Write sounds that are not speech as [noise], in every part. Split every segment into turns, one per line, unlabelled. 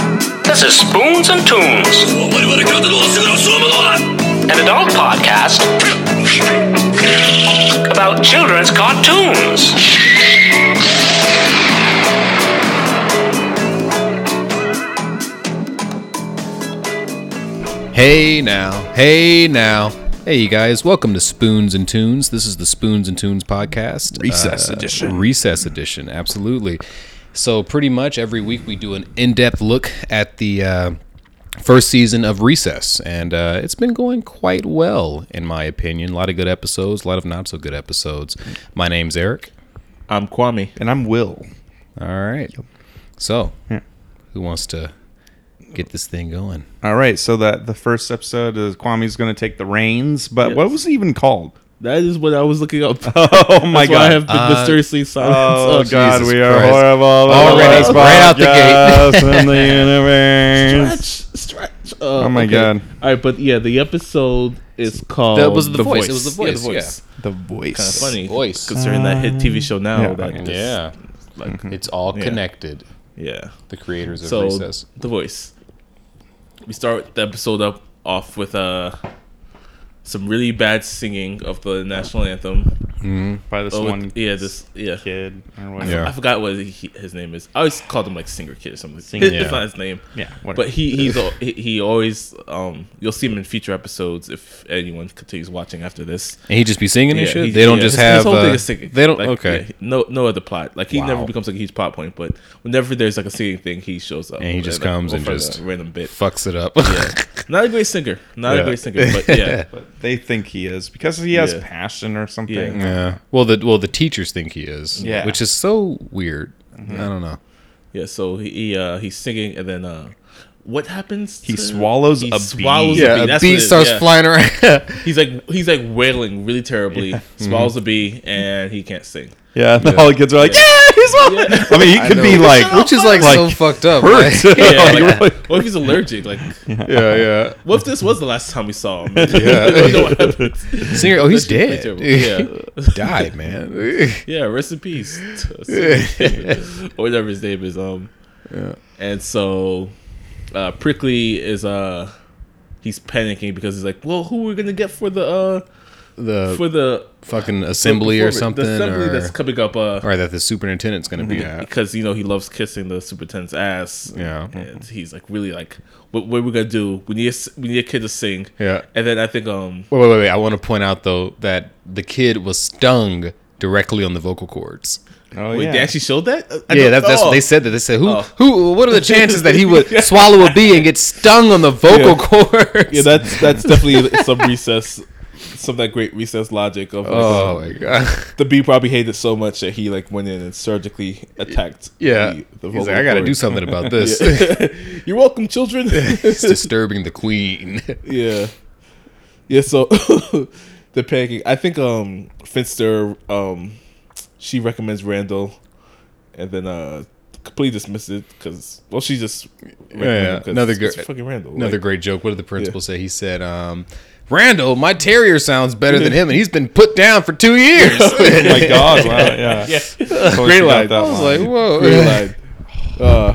is Spoons and Tunes,
我我我的看得多，现在说不多了。
an adult podcast about children's cartoons.
Hey now, hey now. Hey, you guys, welcome to Spoons and Tunes. This is the Spoons and Tunes podcast. Uh,
Recess edition.
Recess edition, absolutely. So, pretty much every week we do an in depth look at the uh, first season of Recess, and uh, it's been going quite well, in my opinion. A lot of good episodes, a lot of not so good episodes. My name's Eric.
I'm Kwame. And I'm Will.
All right. So, who wants to get this thing going?
All right, so that the first episode is Kwame's going to take the reins, but what was it even called?
That is what I was looking up.
[laughs] Oh my
That's why I have been mysteriously silent. [laughs]
oh God,
Jesus
we are
Christ.
horrible.
Already,
Horrible
right out the gate.
podcasts in the universe.
[laughs] Stretch, stretch. Uh,
Oh my God.
All right, but yeah, the episode is called.
That was The Voice. It was The Voice,
The voice. Kind of funny.
Voice.
Considering that hit TV show now.
Yeah, Mm-hmm.
[laughs]
that
okay.
is-
Yeah.
Like,
It's all
Yeah.
connected.
yeah.
The creators of
So
Recess.
the voice. We start the episode up off with uh some really bad singing of the national anthem.
By this
Oh, with-
one
yeah, this yeah.
kid or whatever.
Yeah.
I forgot what he, his name is. I always called him like Singer Kid or something.
Singer
Kid.
It's not his name.
Yeah, whatever.
but he he's al- he, he always um you'll see him in future episodes if anyone continues watching after this.
And he just be singing and
Yeah,
shit.
he-
They don't
yeah,
just
his-
have.
his whole thing
uh,
is singing.
They don't.
Like,
okay.
yeah, no no other plot. Like he never
Wow.
becomes like a huge plot point, but whenever there's like a singing thing, he shows up
And he just
like,
comes
or
and
for the
just-
random bit.
Fucks it up. [laughs]
Not a great singer. Not
Yeah.
a great singer, but yeah.
[laughs]
But they think he is because he has
Yeah.
passion or something.
Yeah.
yeah. Well, the well the teachers think he is.
Yeah.
Which is so weird.
Mm-hmm.
I don't know.
Yeah, so he, he uh he's singing and then uh what happens?
He
to-
swallows
he
a bee.
swallows
Yeah,
a bee.
a
That's what
bee
it is,
starts
yeah.
flying around. [laughs]
He's like he's like wailing really terribly, [laughs] swallows a bee, and he can't sing.
Yeah, and all the kids are like, yeah, he's swallowing. I mean, he could be like,
which is like, so fucked up.
hurt.
right?
[laughs] Yeah,
[laughs] Like,
like,
really?
what if he's allergic? Like,
[laughs] yeah,
what if this was the last time we saw him?
[laughs] yeah.
He's
Singer. Oh, he's
pretty
dead. [laughs]
terrible. Yeah.
Died,
[laughs]
man.
yeah, rest
[laughs]
in peace, or whatever his name is. Um, and so uh, Prickly is uh he's panicking because he's like, well, who are we gonna get for the uh
the
for the
fucking assembly or
for-
something,
The assembly
or,
that's Mm-hmm. coming up. Uh,
or that the superintendent's going to be at.
because you know he loves kissing the superintendent's ass.
Yeah.
and he's like really like, what, what are we gonna do? We need a, s- we need a kid to sing.
Yeah.
and then I think um
Wait, wait, wait, wait. I want to point out though that the kid was stung directly on the vocal cords.
oh,
wait they actually showed that. I
yeah,
don't-
that's that's
oh.
what they said. That they said who
Oh.
who what are the chances that he would swallow a bee and get stung on the vocal cords?
[laughs] Yeah, that's that's
[laughs]
definitely some recess, some of that great recess logic of like,
oh
uh,
my god. [laughs]
the bee probably hated so much that he like went in and surgically attacked.
Yeah,
the, the
he's
vocal
like, I got to
cords."
do something
[laughs]
about this. [laughs]
You're welcome, children. [laughs]
it's disturbing the queen. [laughs]
Yeah. Yeah, so [laughs] the panicking. I think um Finster um she recommends Randall and then uh completely dismisses it because well she just
yeah, another
good
gr-
fucking Randall.
Another
Like,
great joke. What did the principal say? He said, um, "Randall, my terrier sounds better than him, and he's been put down for two
[laughs]
years." [laughs]
oh my God! Wow, yeah,
yeah.
Great line.
I was like,
[laughs]
"Whoa!"
Green line. Uh,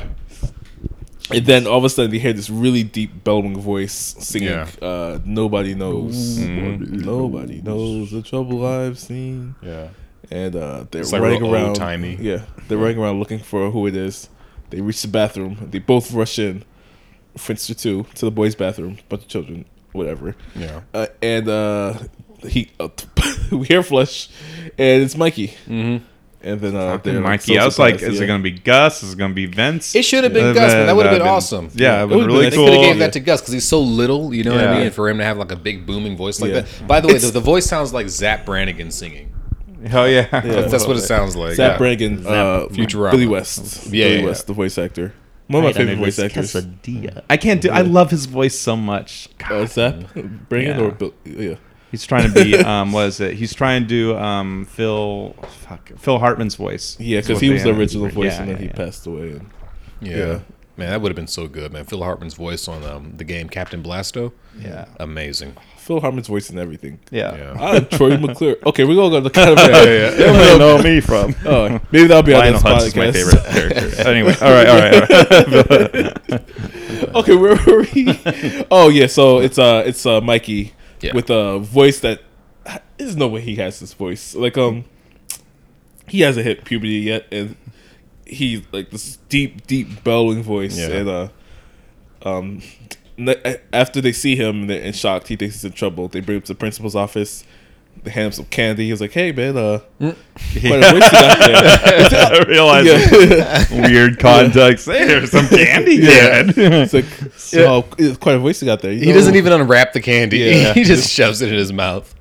and then all of a sudden they hear this really deep bellowing voice singing
Yeah.
uh nobody knows. Nobody knows the trouble I've seen.
Yeah.
and uh, they're
like
running
real
around.
old-timey.
Yeah, they're running around looking for who it is. They reach the bathroom. They both rush in. Finster two to the boys' bathroom. Bunch of children, whatever.
Yeah.
Uh, and uh, he uh, [laughs] we hear flush, and it's Mikey. Mm-hmm. And then uh, they're like,
Mikey,
so
I was like,
surprised,
is
yeah.
it going to be Gus? Is it going to be Vince?
It should have been
Uh,
Gus, man. That would have been awesome.
Yeah, it would
would've
have
been
really
nice.
They
Cool.
could have gave
cool.
that to Gus because he's so little, you know what I
Yeah.
mean? And for him to have like a big booming voice like
Yeah.
that. By the way, the, the voice sounds like Zap Brannigan singing.
Hell yeah.
That's, that's what it sounds like.
Zach
yeah.
Brannigan, uh,
Futurama.
Billy West,
Yeah,
Billy
yeah,
West, the voice actor. One of my favorite voice actors.
I can't do. I love his voice so much. God.
Uh, Zach Brannigan
Yeah.
or Bill, yeah.
He's trying
[laughs]
to be. Um, what is it? He's trying to do um, Phil. Fuck, Phil Hartman's voice.
Yeah,
Is
because
what
he
they
was the
had.
original voice,
Yeah,
and then
yeah,
he
yeah.
passed away. And,
Yeah. Man, that would have been so good, man. Phil Hartman's voice on um, the game Captain Blasto.
Yeah.
Amazing.
Phil Hartman's voice and everything.
Yeah.
Yeah.
I am
[laughs]
Troy McClure. Okay, we're gonna go to [laughs] kind of.
Where do they know me from.
Oh, maybe that'll be our
Lionel
next
Hutz is
podcast. [laughs]
my favorite character. anyway, all right, all right, all right.
Okay, where were
[laughs]
we? oh yeah, so it's uh it's uh Mikey
Yeah.
with a voice that there's no way he has this voice. Like um he hasn't hit puberty yet and he like this deep, deep bellowing voice
Yeah.
and uh um n- after they see him and they're in shock, he thinks he's in trouble. They bring him to the principal's office, they hand him some candy, he's like, Hey man, uh
Mm.
quite a voice you got there.
[laughs] I realize it's
Yeah.
weird
[laughs]
context. Hey, there's some candy.
Yeah.
[laughs]
Dad.
It's like so it's quite a voice you got there. You
He
know,
doesn't even unwrap the candy. [laughs]
Yeah.
He just shoves it in his mouth.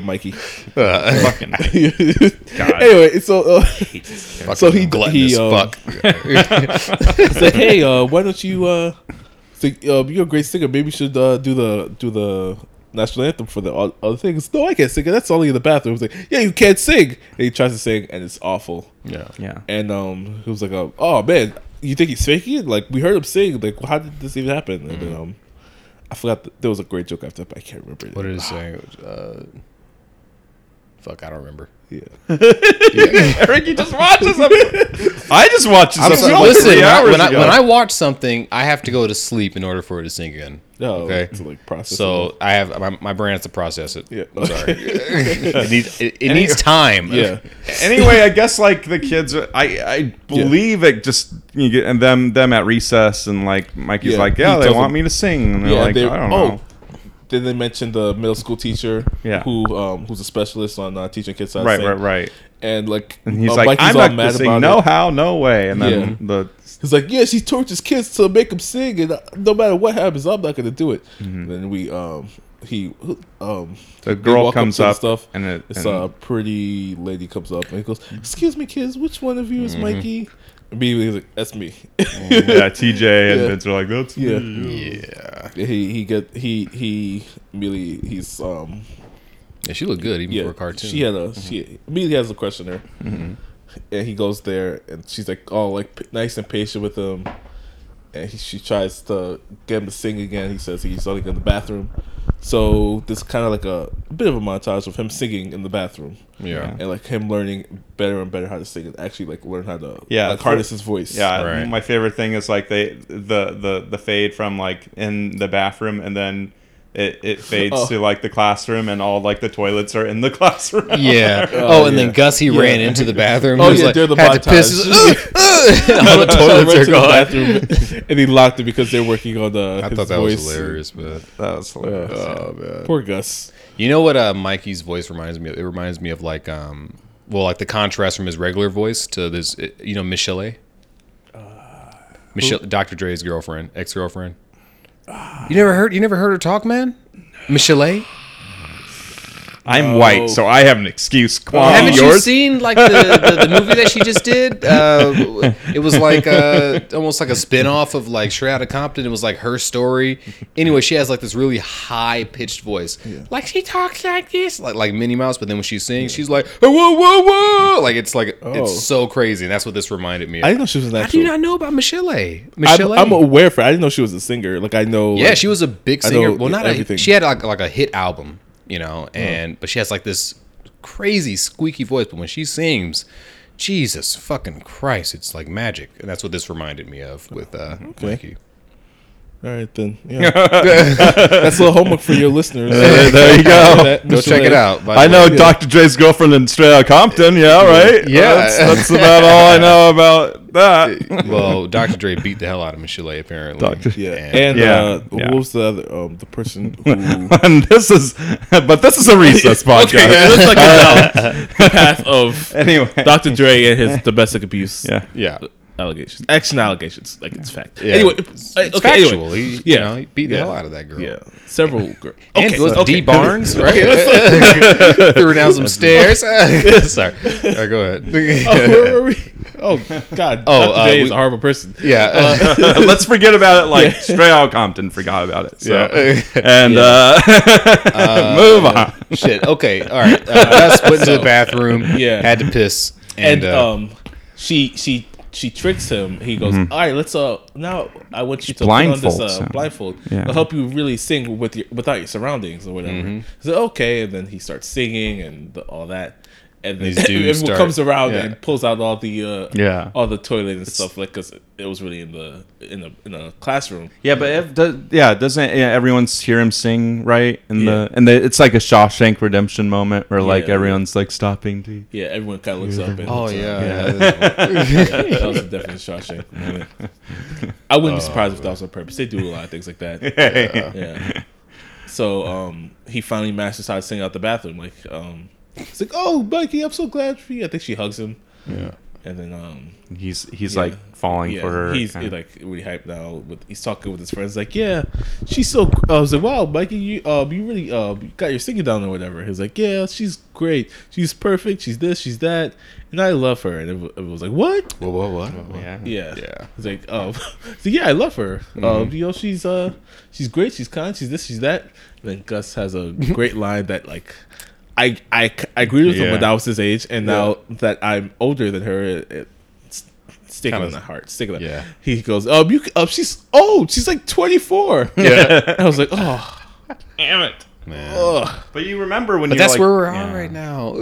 [laughs]
Mikey.
Uh,
[laughs] Fucking
anyway, so uh, [laughs] so he
gluttonous
he um,
fuck.
said, "Hey, uh, why don't you? Uh, think, uh, you're a great singer. Maybe you should uh, do the do the national anthem for the all, other things." No, I can't sing. That's only in the bathroom. He's like, "Yeah, you can't sing." And he tries to sing, and it's awful. [laughs]
yeah.
Yeah.
And um, he was like, uh, "Oh man, you think he's faking it? Like we heard him sing. Like how did this even happen?" And
Mm-hmm.
then um, I forgot th- there was a great joke after, that, but I can't remember it.
What did it say? Uh, fuck, I don't remember.
yeah.
Eric, you just watched
[laughs]
this episode. I just watched this
I'm
episode.
sorry, listen,
three
when I,
hours
when, I,
ago.
when I watch something, I have to go to sleep in order for it to sink in.
No,
okay.
to, like, process
so I have my, my brain has to process it.
Yeah.
I'm sorry. it needs, it, it needs time.
[laughs] yeah.
anyway, I guess like the kids, I I believe it just you get and them them at recess and like Mikey's
Yeah,
like,
he
yeah, they
tells
want
them-
me to sing, and they're
Yeah,
like,
they-
I don't
oh.
know.
Then they mentioned the middle school teacher,
Yeah.
who um, who's a specialist on uh, teaching kids how to
Right,
sing.
right, right.
And like,
And he's
uh,
like,
Mikey's
I'm
all
not gonna sing. No
it.
how, no way. And then
Yeah.
the
He's like, yeah, she tortures kids to make them sing, and uh, no matter what happens, I'm not gonna do it. Then we, um, he, um,
Mm-hmm.
they
the girl
walk
comes
to the
up,
stuff,
and it,
it's
and- Mm-hmm.
a pretty lady comes up and he goes, "Excuse me, kids, which one of you is Mikey?" Immediately, he's like, "That's me."
yeah, TJ uh, and
Yeah.
Vince are like,
[laughs]
that's
Yeah.
me."
[laughs] Yeah.
he he get he he immediately he's um
Yeah, she looked good even
yeah,
for a cartoon. Mm-hmm.
She had a she immediately has a questioner, and he goes there, and she's like all like p- nice and patient with him, and he, she tries to get him to sing again. He says he's only in the bathroom, so this kind of like a, a bit of a montage of him singing in the bathroom,
yeah.
and like him learning better and better how to sing and actually like learn how to
Yeah,
like
for-
harness his voice. [laughs]
Yeah,
Right.
my favorite thing is like they the the the fade from like in the bathroom and then it, it fades
Oh.
to like the classroom and all like the toilets are in the [laughs] classroom.
Yeah.
Oh,
Oh, and
yeah.
then Gus he
Yeah.
ran into the bathroom.
Oh,
he was
yeah,
like,
they're the
had to piss. [laughs] He's
montage. [laughs]
like, "Ugh, ugh," all the toilets
Right
are
to the
gone. [laughs]
bathroom, and he locked it because they're working on the.
I
his
thought that
voice.
was hilarious, but
that was hilarious.
Oh, man. Poor Gus.
you know what? Uh, Mikey's voice reminds me. of? It reminds me of like, um, well, like the contrast from his regular voice to this. uh, You know, Michelle. Michelle, Dr. Dre's girlfriend, ex girlfriend. You never heard. You never heard her talk, man. Michelle.
I'm white, so I have an excuse. Quan,
Oh,
Haven't you
yours?
seen like the, the, the movie that she just did? Uh, it was like a, almost like a spin-off of like Straight Outta Compton. It was like her story. Anyway, she has like this really high pitched voice, like she talks like this, like like Minnie Mouse. But then when she sings, she's like "Oh, whoa whoa whoa, like it's like
Oh.
it's so crazy. And that's what this reminded me. of.
I didn't know she was an
How do
actress.
you not know about Michelle? Michelle,
I'm, I'm aware of her. I didn't know she was a singer. Like I know.
yeah,
like,
she was a big
I
singer.
know
well, not
everything. Uh-huh.
A, she had like like a hit album, you know, and but she has like this crazy squeaky voice. But when she sings, Jesus fucking Christ, it's like magic, and that's what this reminded me of with uh, Mikey.
All
[laughs]
right then. Yeah. That's a little homework for your listeners.
There, there you go.
That-
Go
Michelle
check it
A.
out. by
I
the
know
way.
Dr. Dre's girlfriend in Straight Outta Compton. Yeah, right.
Yeah.
that's, that's about all I know about that.
[laughs] Well, Dr. Dre beat the hell out of Michelle apparently.
Dr.
Yeah.
And-
And
Yeah.
Uh,
Yeah.
what was the other um the person who
[laughs] and this is, but this is a [laughs] recess [laughs] podcast.
let's talk
[laughs]
about the path of
Anyway,
Dr. Dre and his domestic abuse
yeah.
yeah.
uh, allegations. Action allegations. Like it's fact.
Yeah.
Anyway,
it's,
uh,
it's
okay, anyway.
factual. He, you
Yeah.
know, he beat the
Yeah.
hell out of that girl.
Yeah. Several girls.
And it was D.
[laughs]
Barnes, right? [laughs] Threw down some stairs. Sorry. [laughs] All right, go ahead.
[laughs] Oh, where were we? Oh God.
Oh,
Dr.
uh,
Dre is
we-
a horrible person.
[laughs] Yeah. uh,
[laughs] Let's forget about it. [laughs] Like Straight Outta Compton forgot about it. So.
Yeah.
[laughs] And uh, [laughs] move on.
[laughs] Shit. Okay. All right. Uh, Gus went to the bathroom.
Yeah.
Had to piss. And,
and
uh, Mm-hmm.
um, she she she tricks him. He goes, "All right, let's uh now I want you to
blindfolds
put on this uh,
him.
blindfold.
Yeah.
It'll help you really sing
Mm-hmm.
with your without your surroundings or whatever." He's like, "Okay," and then he starts singing and the, all that. and then [laughs]
These dudes
everyone
start-
comes around
yeah.
and pulls out all the uh,
[laughs] Yeah.
all the toilet and stuff like because it was really in the in the in the classroom.
Yeah, but if does, yeah, doesn't yeah, everyone's hear him sing right? And
Yeah.
the and the, it's like a Shawshank Redemption moment where like
Yeah.
everyone's like stopping to.
Yeah, everyone kind of looks up. And
Oh
so-
yeah,
that was definitely Shawshank. moment. I wouldn't
Oh,
be surprised if that was on purpose. They do a lot of things like
[laughs]
that. Yeah. So um, he finally masters how to sing out the bathroom. Like, um, it's like, oh, Mikey, I'm so glad for you. I think she hugs him.
Yeah.
And then, um,
He's he's
Yeah.
like falling
yeah,
for her.
he's
kinda.
like really hyped now. With he's talking with his friends, like, yeah, she's so. I was like, wow, Mikey, you uh, you really uh, you got your singing down or whatever. He's like, yeah, she's great. She's perfect. She's this. She's that. And I love her. And it, wa- it was like, what?
Whoa, whoa, whoa.
yeah.
Yeah.
Yeah.
It's like, oh, [laughs] so yeah, I love her. Um, you know, she's uh, she's great. She's kind. She's this. She's that. And then Gus has a great line that like, I I I agreed with him when
Yeah.
I was his age, and now that I'm older than her, it, it it's sticking in
Kinda-
the heart. Sticking. in the-
yeah.
He goes, um, you, c- um, she's old. She's like 24.
Yeah.
[laughs] I was like, oh,
Damn it!
Man.
But you remember when
But
you're
that's
like-
where we're on
yeah.
right now.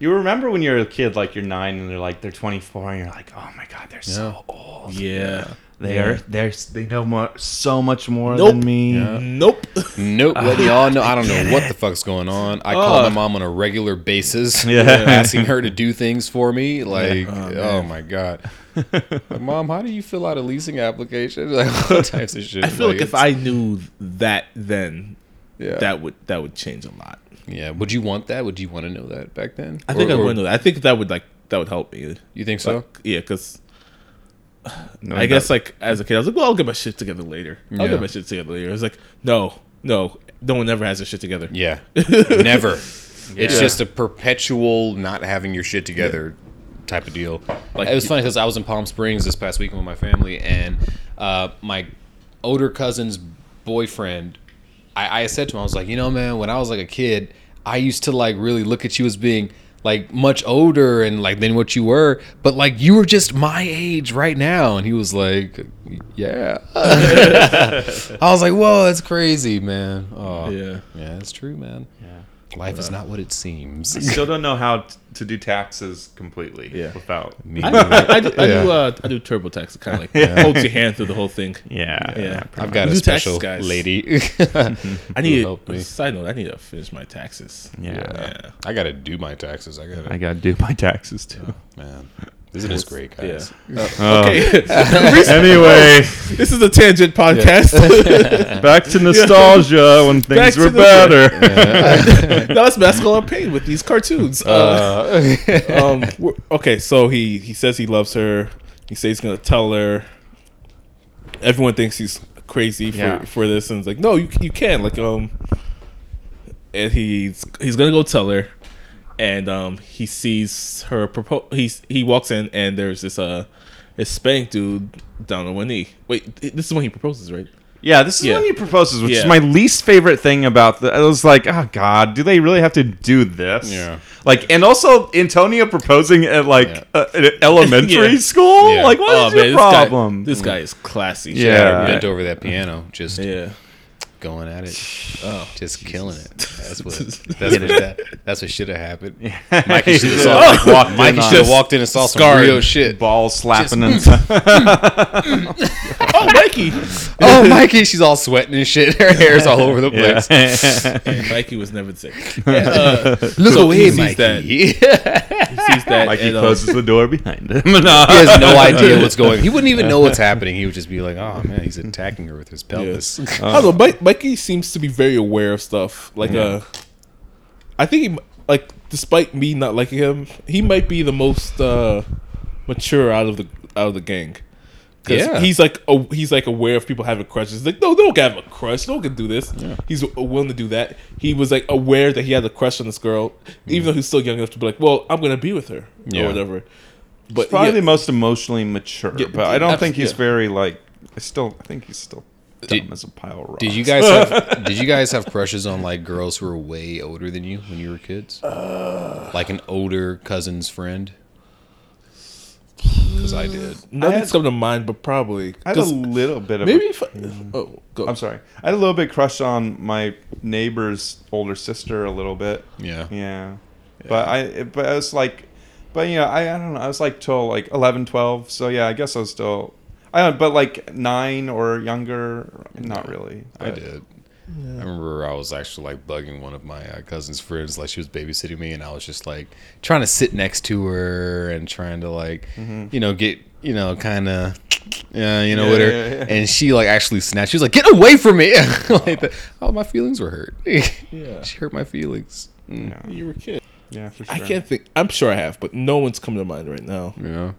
You remember when you're a kid, like you're nine, and they're like they're 24, and you're like, oh my god, they're so old.
yeah.
They are they're they know more, so much more
Nope.
than me.
Nope.
[laughs] Nope, let me all know. I don't know what the fuck's going on. I call my mom on a regular basis, [laughs]
Yeah.
asking her to do things for me. Like, oh, my god, like, mom, how do you fill out a leasing application? [laughs] Like all types of shit.
I feel like if
it's-
I knew that then,
yeah.
that would that would change a lot.
yeah, would you want that? Would you want to know that back then?
I think
Or-
I
or
would know that. I think that would like that would help me.
You think so?
Like, yeah, because
No,
I
that- [laughs]
guess like as a kid, I was like, "Well, I'll get my shit together later. I'll
Yeah.
get my shit together later." It's like, no, no, no one ever has their shit together.
yeah, [laughs] never. It's just a perpetual not having your shit together type of deal. Like it was funny because I was in Palm Springs this past weekend with my family, and uh, my older cousin's boyfriend. I, I said to him, I was like, you know, man, when I was like a kid, I used to like really look at you as being like much older and like than what you were, but like you were just my age right now. And he was like, yeah. [laughs] I was like, whoa, that's crazy, man. Oh,
Yeah.
yeah, it's true, man.
Yeah.
Life is not what it seems.
Still don't know how t- to do taxes completely
Yeah.
without.
I,
[laughs]
I, I, do- I do
Yeah.
uh, I do TurboTax. It kind of like holds your hand through the whole
[laughs]
thing.
Yeah.
Yeah,
I've got a
You do taxes,
special
guys. [laughs]
lady.
I need.
helped me.
Side note: I need to finish my taxes.
Yeah.
Yeah.
I gotta do my taxes. I gotta, Oh,
I gotta do my taxes too.
man. This is great, guys.
Okay.
[laughs] Anyway,
this is a tangent podcast.
[laughs] back to nostalgia when things
to
were
the-
better.
[laughs] now let's mask all our pain with these cartoons. Uh,
[laughs]
um, we're- okay, so he he says he loves her. He says he's gonna tell her. Everyone thinks he's crazy for,
Yeah.
for this, and it's like, no, you you can like um. And he's he's gonna go tell her, and um he sees her propose. He's he walks in and there's this uh Hispanic dude down on one knee. Wait, this is when he proposes, right?
Yeah, this is
Yeah.
when he proposes, which is
Yeah.
my least favorite thing about the. I was like, oh god, do they really have to do this?
Yeah.
Like, and also Antonio proposing at like
Yeah.
uh, an elementary
[laughs] Yeah. Oh,
school.
Yeah.
Like, what is your
this
problem?
guy this guy is classy.
Yeah.
Bent over that piano, just
yeah.
going at it,
Oh.
just killing it. That's what.
[laughs]
That's what. That, that's what should have happened. Mikey
He's
should have
just
saw.
like, walked in
Mikey
on
should have
it.
walked in and saw some
Scarred.
real
[laughs]
shit.
Ball slapping and
Oh, Mikey.
Oh, Mikey, she's all sweating and shit. [laughs] Her hair's all over the
[laughs]
place.
[laughs] Mikey was never [laughs] sick.
Look
Uh, So
away,
he sees
Mikey. [laughs]
[laughs] sees that.
Like he
and, um,
closes the door
[laughs]
behind him.
he has no idea what's going. He wouldn't even know what's happening. He would just be like, "Oh man, he's attacking her with his pelvis."
I don't know. Mike, Mikey seems to be very aware of stuff. Like, uh, I think he m- like, despite me not liking him, he might be the most uh, mature out of the out of the gang. 'Cause
Yeah.
he's like a, he's like aware of people having crushes. Like, no, don't have a crush. No one can do this. He's w- willing to do that. He was like aware that he had a crush on this girl, even though he's still young enough to be like, well, I'm gonna be with her
Yeah.
or whatever. But
probably the
yeah,
most emotionally mature, but I don't
abs-
think he's
yeah.
very like. I still, I think he's still dumb
Did-
as a pile of rocks.
Did you guys have [laughs] Did you guys have crushes on like girls who were way older than you when you were kids? like an older cousin's friend. Because I did.
nothing's come to mind, but probably
I had a
'Cause
little bit of a-
maybe. If I, oh, go.
I'm sorry. I had a little bit crush on my neighbor's older sister a little bit.
Yeah.
Yeah. But I, it- but I was like, but you know, I, I don't know. I was like till like 11, 12. So yeah, I guess I was still, I don't. But like nine or younger, not really.
I
but-
did. I remember I was actually like bugging one of my uh, cousin's friends, like she was babysitting me, and I was just like trying to sit next to her and trying to like, you know, get you know, kind of, uh, you know,
Yeah,
with her.
yeah, yeah.
And she like actually snapped. She was like, "Get away from me!" [laughs] like that. Oh, my feelings were hurt. [laughs] yeah, she hurt my feelings. Mm,
You were a kid.
Yeah, for sure.
I can't think. I'm sure I have, but no one's coming to mind right now.
You know,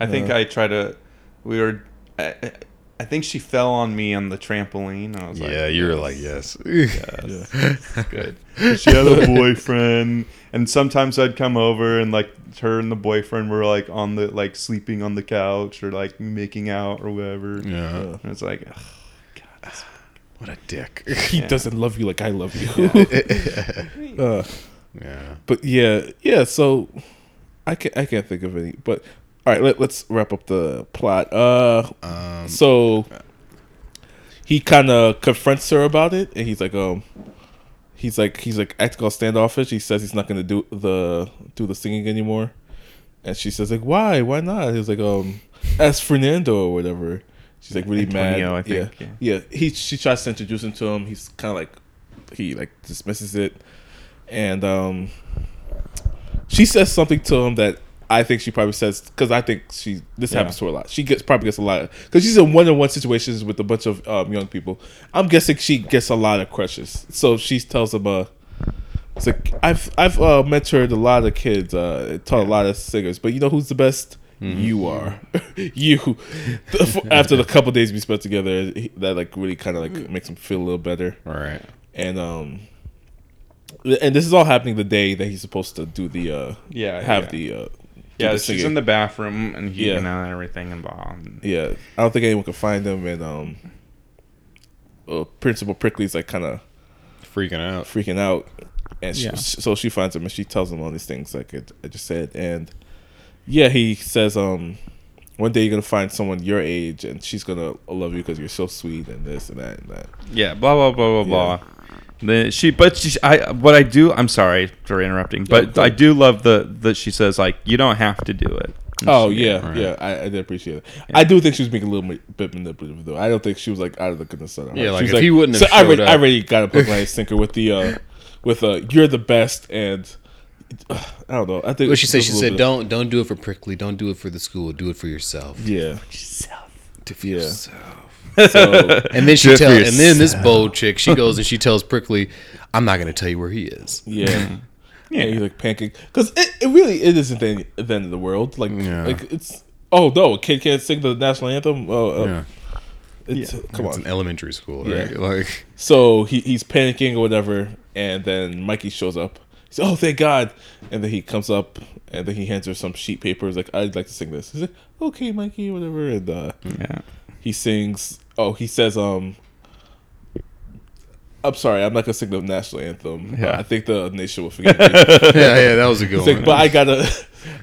I think I tried to. We were. I, I- I think she fell on me on the trampoline. I was like,
yeah, you were like, "Yes." [laughs]
[laughs]
good. She had a boyfriend, and sometimes I'd come over and like her and the boyfriend were like on the like sleeping on the couch or like making out or whatever.
yeah.
And it's like, ugh,
What a dick.
He doesn't love you like I love you. uh,
yeah.
but yeah, yeah. So I can I can't think of any. But all right, let, let's wrap up the plot. Uh,
Um,
so he kind of confronts her about it, and he's like, um, he's like, he's like acting all standoffish. He says he's not gonna do the do the singing anymore, and she says like, why? Why not? He's like, um, ask Fernando or whatever. She's like really
Antonio,
mad.
I think,
yeah. yeah, He she tries to introduce him to him. He's kind of like he like dismisses it, and um, she says something to him that I think she probably says because I think she this happens to her a lot. She gets probably gets a lot because she's in one-on-one situations with a bunch of um, young people. I'm guessing she gets a lot of crushes. So she tells him, "Uh, it's like I've I've uh, mentored a lot of kids, uh, taught a lot of singers, but you know who's the best? You are, [laughs] you." After the couple days we spent together, he- that like really kind of like makes him feel a little better
all right.
and um and this is all happening the day that he's supposed to do the uh
Yeah,
have
yeah.
the uh do
yeah,
the
she's
singing.
in the bathroom and he
Yeah.
and uh, everything and blah. And
yeah i don't think anyone can find him and um uh, principal prickly's like kind of
Freaking out.
freaking out and she,
Yeah.
so she finds him and she tells him all these things like I, I just said and yeah he says um one day you're gonna find someone your age and she's gonna love you because you're so sweet and this and that and that
yeah, blah blah blah blah
Yeah.
blah. Then she, but she, I, what I do, I'm sorry for interrupting, but
go
I
ahead.
do love the that she says like you don't have to do it. And
Oh
she-
yeah, yeah. I, I did appreciate it. I do think she was being a little mi- bit manipulative though. I don't think she was like out of the goodness of her.
Yeah,
heart.
like,
she was
if he wouldn't have
So I,
showed
already, I
up." [laughs]
already got to put my sinker with the uh, with uh, you're the best and [sighs] uh, I don't know. I think
What she said?
there's
She
a little
said,
bit of-
"Don't don't do it for Prickly. Don't do it for the school. Do it for yourself." [laughs]
Yeah,
Do it for
Yeah.
So, and then she
Do it for
tells, and then this bold chick, she goes and she tells Prickly, "I'm not going to tell you where he is." [laughs]
yeah, yeah. And you like pancake because it, it really it isn't the, end- the end of the world. Like
Yeah.
like it's oh no, a kid can't sing the national anthem. Oh uh, it's, come
it's
on,
an elementary school,
Yeah.
right? [laughs] Like,
So he, he's panicking or whatever, and then Mikey shows up. He's oh thank God, and then he comes up and then he hands her some sheet paper. He's like I'd like to sing this. He's like okay Mikey whatever, and uh,
yeah.
he sings. Oh he says um. I'm sorry, I'm not gonna sing the national anthem.
Yeah.
I think the nation will forget me.
yeah, yeah, that was a good
He's
one.
like, but I gotta,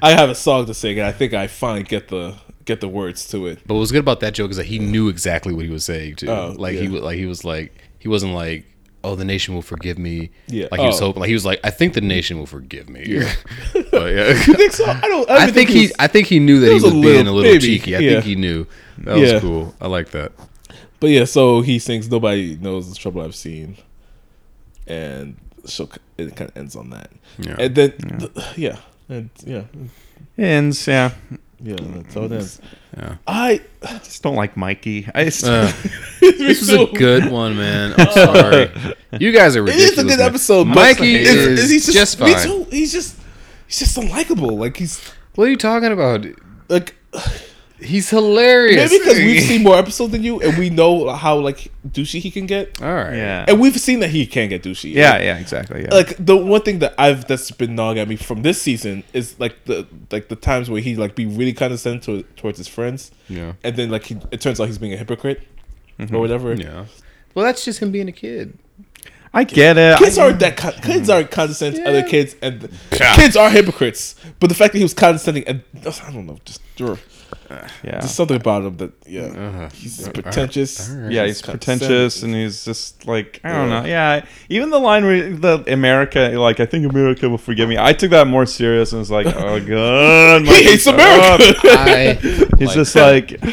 I have a song to sing, and I think I finally get the get the words to it.
But what was good about that joke is that he knew exactly what he was saying too.
Oh,
like he
yeah.
wa- like he was like he wasn't like oh the nation will forgive me.
Yeah.
Like he was
Oh.
hoping like he was like I think the nation will forgive me. [laughs] but yeah.
I think so. I don't.
I think he I think he knew that he was,
was a
being a
little
little
baby,
cheeky. I
yeah.
think he knew. That
Yeah.
was cool. I like that.
But yeah, so he sings "Nobody Knows the Trouble I've Seen," and so it kind of ends on that.
Yeah.
And then, th- yeah, and yeah,
And so, yeah,
yeah, that's how it ends.
Mm, Yeah.
I [laughs]
I just don't like Mikey. I just,
Uh, this was a good one, man. I'm sorry. You guys are
It
ridiculous.
is a good
man.
episode. but
Mikey
it's-
is,
it's- [laughs] he's
just,
me
fine.
too. He's just he's just unlikable. Like he's
What are you talking about?
like
He's hilarious.
maybe because we've seen more episodes than you, and we know how like douchey he can get,
All right.
[laughs] yeah,
and we've seen that he can get douchey.
yeah, yeah, exactly. Yeah.
like the one thing that I've that's been gnawing at me from this season is like the like the times where he like be really condescending to, towards his friends,
Yeah. Mm-hmm.
and then like he, it turns out he's being a hypocrite or whatever.
Yeah. Well, that's just him being a kid.
I get it.
Kids
I-
aren't that con-
Mm-hmm.
kids aren't condescending to other kids, and kids are hypocrites. But the fact that he was condescending, and I don't know, just there-
yeah.
there's something about him that yeah,
Uh-huh.
he's pretentious.
yeah, he's
condescending.
pretentious and he's just like I don't know. Yeah, even the line where the America, like I think America will forgive me. I took that more serious and was
[laughs]
like, oh god,
He hates
[laughs]
America.
I,
[laughs]
He's
like, [laughs]
just like,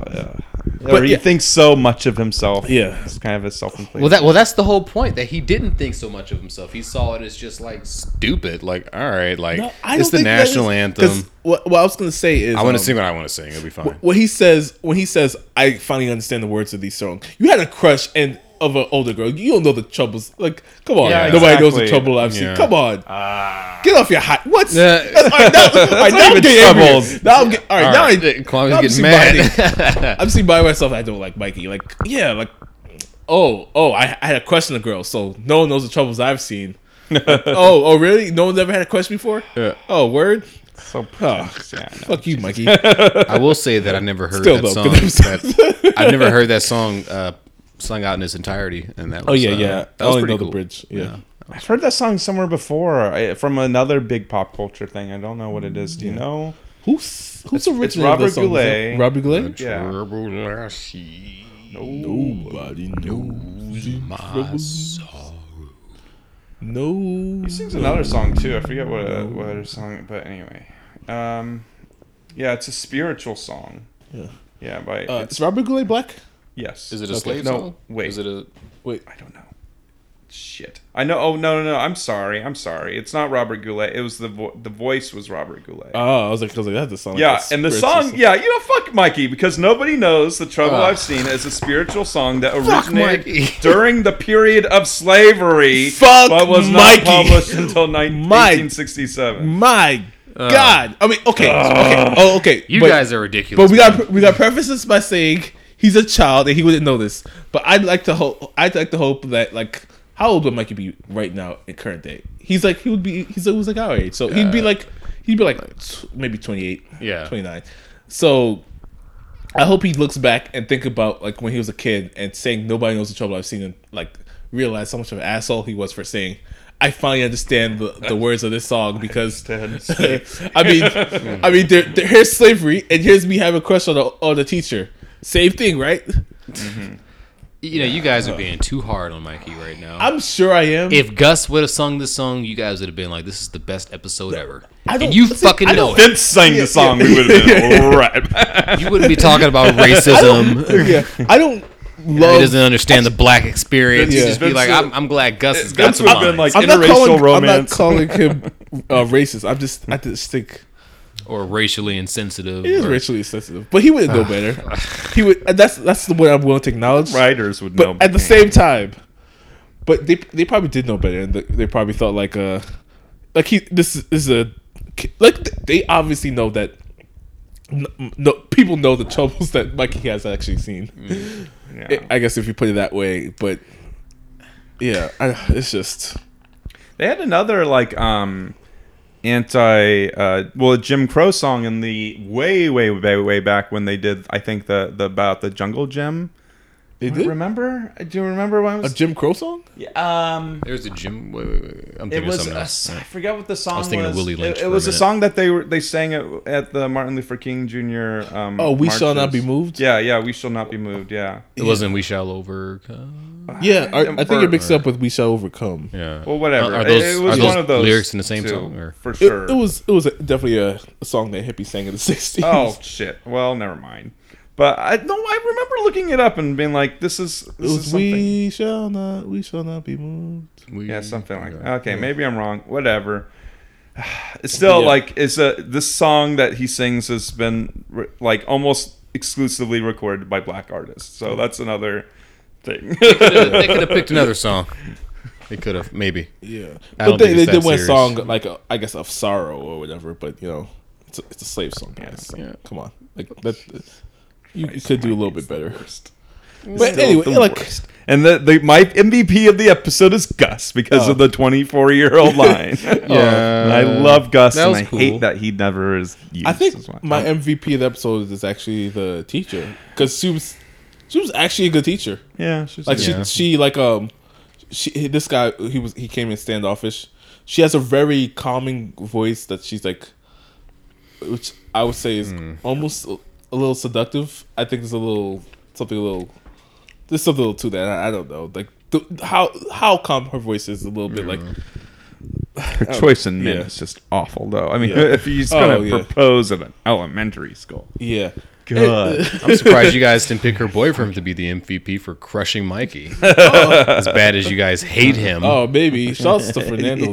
but or he
yeah.
thinks so much of himself.
Yeah.
it's kind of a self-inflated.
well, that well, that's the whole point that he didn't think so much of himself. He saw it as just like stupid. Like, all right, like
No, I
it's
don't
the
think that
national
is- 'cause
anthem.
What, what I was gonna say is,
I want to
um,
sing what I want to sing. It'll be
[laughs]
fine.
What he says when he says, "I finally understand the words of these songs." You had a crush and of an older girl. You don't know the troubles. Like, come on,
Yeah,
nobody knows
exactly.
the trouble I've seen.
Yeah. Ah.
Come on, get off your hot. What's
Yeah.
that's- [laughs] all
[laughs]
right, now, all right, now I'm
even
getting angry.
troubles.
Now I'm get, all right.
All
now
right,
I,
Kwame's
now I'm
getting
seeing
mad. [laughs]
I'm seeing by myself. I don't like Mikey. Like, yeah, like, oh, oh, I, I had a crush on a girl, so no one knows the troubles
[laughs]
I've seen. Like, oh, oh, really? No one's ever had a crush before.
Yeah.
Oh, word.
so
Oh,
yeah, I know.
fuck
[laughs]
you, Mikey.
I will say that I never heard
Still
that
though,
song.
'cause I'm
that, I've never heard that song uh, sung out in its entirety. And that
Oh
was,
yeah,
uh,
yeah.
That was
I only
pretty
know
cool.
the bridge. yeah.
I've heard that song somewhere before I, from another big pop culture thing. I don't know what it is. Do you know?
Who's who's original?
it's Robert Goulet.
Robert Goulet.
Yeah.
Trouble I see.
Nobody knows my
sorrow.
No.
He sings another song too. I forget what uh, what other song, but anyway, um, yeah, it's a spiritual song.
Yeah.
Yeah, by
Uh,
it's,
is Robert Goulet black?
yes.
Is it a
Okay.
slave
no,
song?
Wait,
Is it a?
Wait.
I don't know. Shit, I know. Oh no, no, no. I'm sorry. I'm sorry. It's not Robert Goulet. It was the vo- the voice was Robert Goulet.
Oh, I was like, I was like, that's a song. like
yeah,
a
and the
spiritual
song, yeah, you know, fuck Mikey, because nobody knows the trouble
Ugh.
I've seen is a spiritual song that
Fuck
originated
Mikey.
during the period of slavery,
Fuck
but was
Mikey.
not published until ni-
Mike.
1867.
My God. I mean, okay. okay. Oh, okay.
You
but,
guys are
But
ridiculous.
we got we got preface this by saying he's a child and he wouldn't know this. But I'd like to hope I'd like to hope that like how old would Mikey be right now in current day? He's like he would be he's he was like our age, so he'd be like he'd be like tw- maybe twenty eight,
Yeah.
twenty nine. So I hope he looks back and think about like when he was a kid and saying nobody knows the trouble I've seen and like realize how much of an asshole he was for saying. I finally understand the,
[laughs]
the words of this song because [laughs] I mean, I mean, there, there- here's slavery, and here's me having a crush on a, on a teacher. Same thing, right?
you know, you guys are being too hard on Mikey right now.
I'm sure I am.
if Gus would have sung this song, you guys would have been like, "This is the best episode ever,"
I don't-
and you
listen,
fucking
I
know
don't
it.
Vince sang the song, we would have [laughs] been
[laughs]
right.
You wouldn't be talking about racism.
[laughs] yeah, I don't
He
love.
doesn't understand the black experience.
Vince-
You'd just be
Vince
like, "I'm,
would-
I'm glad Gus has got
Vince
some
would have been
lines,"
like
I'm not
interracial
calling. I'm not
romance.
calling
[laughs]
him uh, racist. I'm just. I just think
or racially insensitive.
he is
or-
racially sensitive, but he wouldn't know better. He would. And that's that's the way I'm willing to acknowledge.
Writers would
but
know.
at the same time, but they they probably did know better, and they- they probably thought like uh like he this is- is a like they obviously know that no, no people know the [laughs] troubles that Mikey has actually seen.
Mm. Yeah.
I guess if you put it that way, but yeah, I, it's just
They had another like um anti uh well a Jim Crow song in the way way way way back when they did I think the the about the jungle gym.
they
Do you
did
remember? Do you remember when it
a
was
Jim Crow song.
um
There's a Jim. Wait, wait, wait. I'm
it
thinking of
was
something
a
else.
s- I forgot what the song was.
thinking of Willie Lynch
It,
for
it
a
was a
minute.
song that they were they sang at, at the Martin Luther King Jr. Um,
Oh, We Shall Not
marches.
Be Moved?
Yeah, yeah, we shall not be moved. Yeah.
It wasn't "We Shall Overcome."
Yeah, I, I think
Or-
it mixed up with "We Shall Overcome."
Yeah.
Well, whatever.
Are- are
It-
those-
it, was
are those
one of those
lyrics in the same
two,
song, or-
for
It,
sure.
it was it was a, definitely a, a song that hippies sang in the [laughs] '60s.
Oh shit. Well, never mind. But I no, I remember looking it up and being like, "This is
it
this is
was
something."
"We Shall Not, We Shall Not Be Moved."
We-
yeah, something like that. Okay, maybe I'm wrong. Whatever. [sighs] It's still
Yeah.
like it's a this song that he sings has been re- like almost exclusively recorded by black artists.
Hmm.
So that's another thing.
[laughs] they could have picked [laughs] another song. They could have maybe.
Yeah,
I
but
don't
they,
think it's that
they did one
serious.
song like a, I guess of sorrow or whatever. But you know, it's a, it's a slave song. Guys.
Yeah.
Come on, like that. uh, You could do a little bit better.
But
But [laughs]
[laughs]
anyway, like
and the, the my MVP of the episode is Gus because
Oh.
of the 24
[laughs]
year old line.
Yeah.
and I love Gus,
That
and
was
I
cool.
hate that he never is. Used
I
as much.
think my MVP of the episode is actually the teacher because she was she was actually a good teacher.
yeah, she's
Like
good.
Yeah.
she she like um she this guy he was he came in standoffish. She has a very calming voice that she's like, which I would say is
Hmm.
almost a a little seductive. I think there's a little something a little there's something a little to that. I, I don't know like the, how how calm her voice is a little bit like
Mm-hmm.
Her choice in men
yeah.
is just awful, though. I mean,
Yeah.
[laughs] if he's gonna
Oh, yeah.
propose at an elementary school,
yeah.
God,
I'm surprised you guys didn't pick her boyfriend to be the MVP for crushing Mikey.
[laughs] Oh.
As bad as you guys hate him.
Oh, maybe. Shouts to Fernando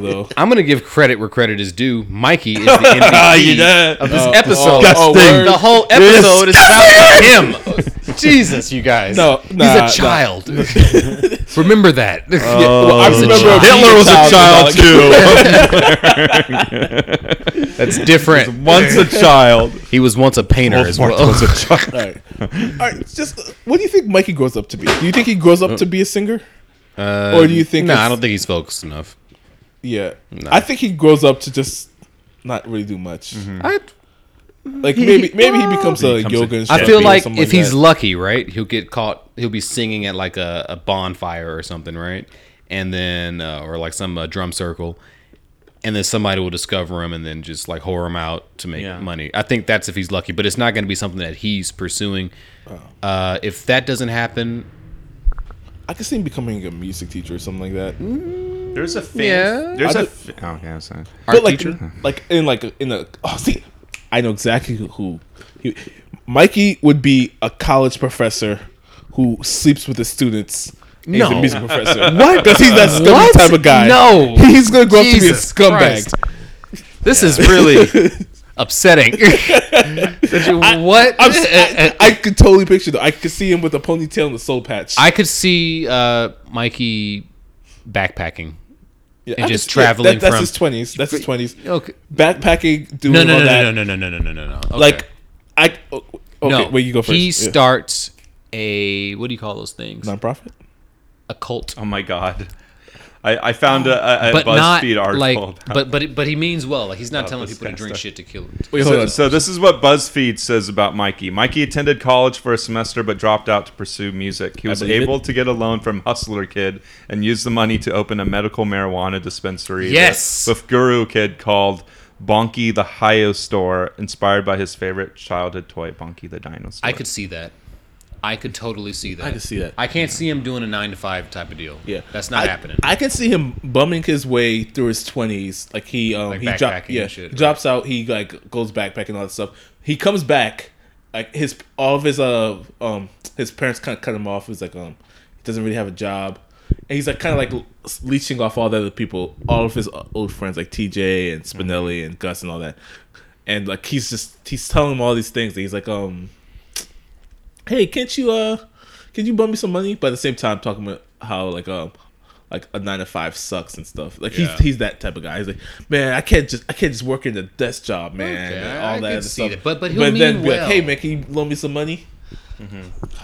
[laughs]
though.
I'm gonna give credit where credit is due. Mikey
[laughs]
is the MVP
uh,
of this episode.
oh, oh, word.
the whole episode is about him. Jesus, you guys.
No, nah,
he's a child. [laughs] Remember that. Oh,
I
He's a
remember
child.
being
Hitler was a child
when I
too.
That's different.
[laughs] Once a child,
He was once a painter as well. [laughs]
was a child.
All right. All right. Just uh, what do you think Mikey grows up to be? Do you think he grows up to be a singer?
Uh,
Or do you think
No,
it's-
I don't think he's focused enough.
Yeah. I think he grows up to just not really do much.
I,
Like maybe maybe he Mm-hmm. becomes a
becomes a-
yoga
I
instructor.
feel
or
like if
something
he's
that.
lucky, right, he'll get caught. He'll be singing at like a, a bonfire or something, right? And then, uh, or like some uh, drum circle, and then somebody will discover him and then just like whore him out to make
Yeah.
money. I think that's if he's lucky, but it's not going to be something that he's pursuing.
Oh.
Uh, if that doesn't happen,
I could see him becoming a music teacher or something like that.
There's a fan.
Mm, Yeah.
There's
I
a.
do-
Fa- oh, yeah, sorry.
but like
teacher?
like in like a- in a oh see, I know exactly who. He, Mikey would be a college professor who sleeps with his students. and He's
No.
a music
[laughs]
professor. what? Because he's that scummy
What?
type of guy.
No.
he's gonna grow
Jesus
[laughs] up to be a scumbag.
Christ. [laughs] this is really
[laughs]
upsetting. Did you- what?
I'm, si
[laughs]
could totally picture that. I could see him with a ponytail and a soul patch.
I could see uh, Mikey backpacking.
Yeah,
and
I
just
could see- yeah,
traveling
That, that's
from-
his twenties. That's his twenties.
Okay.
Backpacking, doing
No, no,
all
no,
that.
no, no, no, no, no, no, no, no. Okay.
Like, I. oh, Okay,
no,
wait. You go first.
He
Yeah.
starts a what do you call those things?
nonprofit.
A cult,
Oh my god. I, I found a, a, a
but not
BuzzFeed
like,
article.
but
about-
but but he means well. Like he's not telling
this
people to
kinda
drink
stuff.
shit to kill.
Wait, hold
so,
on.
so this is what BuzzFeed says about Mikey. Mikey attended college for a semester but dropped out to pursue music. He was
believe
able to get a loan from Hustler Kid and use the money to open a medical marijuana dispensary. that-
Yes.
with Guru Kid called Bonky the Hyo Store, inspired by his favorite childhood toy, Bonky the Dinosaur.
I could see that. I could totally see that.
I could see that.
I can't see him doing a nine to five type of deal.
yeah,
that's not
I-
happening.
I can see him bumming his way through his twenties. Like he, um,
Like
he dropped.
backpacking
Yeah,
and shit,
drops out. He like goes backpacking and all that stuff. He comes back. Like his all of his uh um his parents kind of cut him off. He's like um he doesn't really have a job, and he's like kind of like l- leeching off all the other people, all of his uh, old friends like TJ and
Mm-hmm.
Spinelli and Gus and all that, and like he's just he's telling him all these things. And he's like um hey, can't you uh, can you bum me some money? But at the same time, talking about how like um, like a nine to five sucks and stuff. Like
Yeah.
he's he's that type of guy. He's like, man, I can't just I can't just work in a desk job, man.
Okay,
and
I
all
could
that other
see
stuff.
that. But- but he'll mean
be
well.
like, hey man, can you loan me some money?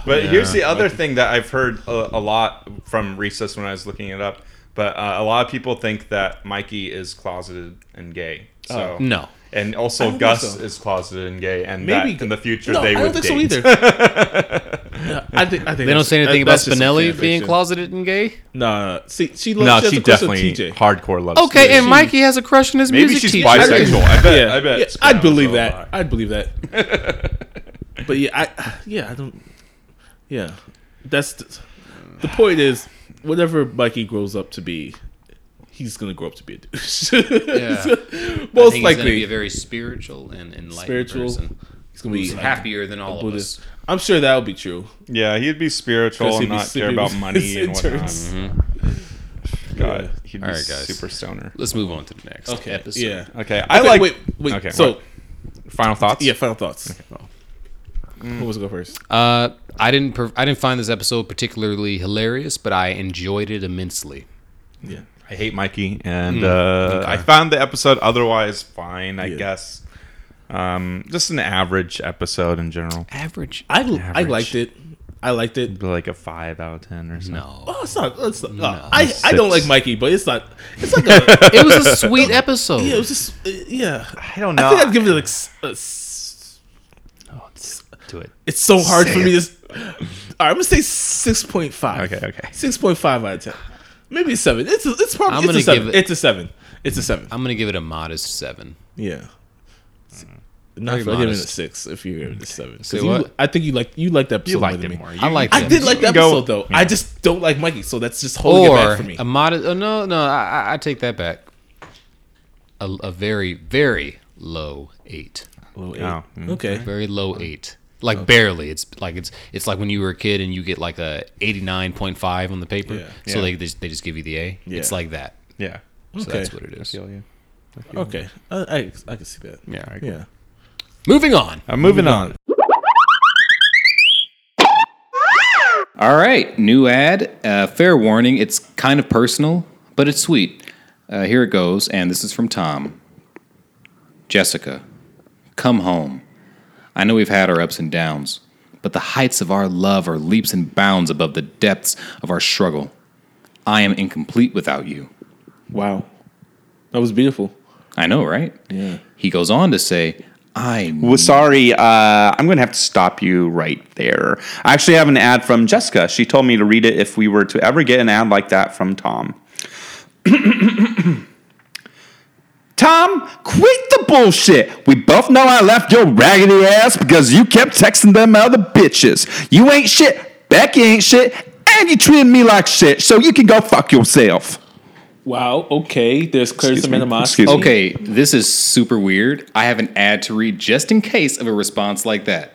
But here's the other thing that I've heard a, a lot from recess when I was looking it up. But uh, a lot of people think that Mikey is closeted and gay. So
no.
and
Uh, I
also
don't
Gus
think so.
is closeted and gay, and
Maybe
that in the future
No,
they
I
would
don't think so
date.
either. no,
[laughs]
I think I think
They don't say anything about Spinelli being
closet.
closeted and gay.
No, see, she
No,
loves
she definitely hardcore loves.
Okay, and
Spinelli.
Mikey has a crush on his
maybe
music
she's
teacher.
bisexual. I bet.
Yeah,
I bet.
yeah,
Spinelli's
I'd believe
a
that.
lot.
I'd believe that.
[laughs]
but yeah, I yeah, I don't yeah. That's the, the point is whatever Mikey grows up to be, he's going to grow up to be a douche. [laughs]
Yeah. I think
Most
he's gonna be
likely
a very spiritual and enlightened
spiritual.
person.
He's going to be
He's
like
happier than all of us.
Buddhist. I'm sure that'll be true.
Yeah, he'd be spiritual
Because
and
he'd be
not care
sleeping
about
with his
money and whatnot. Mm-hmm.
interns.
God,
Yeah.
he'd be
All right, guys.
super stoner.
Let's move on to the next episode.
Yeah.
Okay, I
Okay,
like.
wait, wait.
okay,
so,
what? Final thoughts.
yeah, final thoughts. Oh. Who wants to go first?
Uh, I didn't. Per- I didn't find this episode particularly hilarious, but I enjoyed it immensely.
yeah.
I hate Mikey, and uh, I found the episode otherwise fine. I
Yeah.
guess um, just an average episode in general,
Average.
[laughs] I I liked it. I liked it.
like a five out of ten or something.
No,
Oh, it's not. It's not uh, I, I don't
Six.
like Mikey, but it's not. It's
[laughs]
like a.
it was a
[laughs]
sweet episode.
yeah, it was just. Uh, yeah.
I don't know.
I think I'd give it like. s- a s-
to it.
It's so hard
Say
for
it.
me to. s- All right, I'm gonna say six point five.
Okay, okay.
Six point five out of ten. Maybe a seven. It's a, it's probably
I'm
it's
gonna
a seven.
give it-
it's a seven. It's a seven.
I'm gonna give it a modest seven.
Yeah. Not
Very
if I give it a
modest.
six if you give it a seven. 'Cause
Say
you-
what?
I think you like you like that episode
You liked
than
it
me.
more.
I
You-
like.
I
that.
did like that
Go-
episode though. I just don't like Mikey, so that's just holding it
or
back for me.
a modest. Oh, no, no, I, I- I take that back. A, a very, very low eight.
Oh, mm.
okay.
Very low eight. Like barely. It's like it's it's like when you were a kid and you get like a eighty nine point five on the paper.
Yeah.
So
Yeah.
they just, they just give you the A. It's
Yeah.
like that.
Yeah.
So
Okay.
that's what it is.
Feel you.
Okay. I, I I can see that.
Yeah.
Yeah.
Moving on.
I'm Uh, moving on.
All right, new ad. Uh, fair warning, it's kind of personal, but it's sweet. Uh, here it goes, and this is from Tom. Jessica, come home. I know we've had our ups and downs, but the heights of our love are leaps and bounds above the depths of our struggle. I am incomplete without you.
Wow. That was beautiful.
I know, right?
Yeah.
He goes on to say, I.
Well, sorry, uh, I'm going to have to stop you right there. I actually have an ad from Jessica. She told me to read it if we were to ever get an ad like that from Tom. [coughs] Tom, quit the bullshit. We both know I left your raggedy ass because you kept texting them other bitches. You ain't shit, Becky ain't shit, and you treated me like shit, so you can go fuck yourself.
Wow. Okay. There's clearly
Excuse
some
me.
[laughs] animosity.
Excuse me.
Okay, this is super weird. I have an ad to read just in case of a response like that.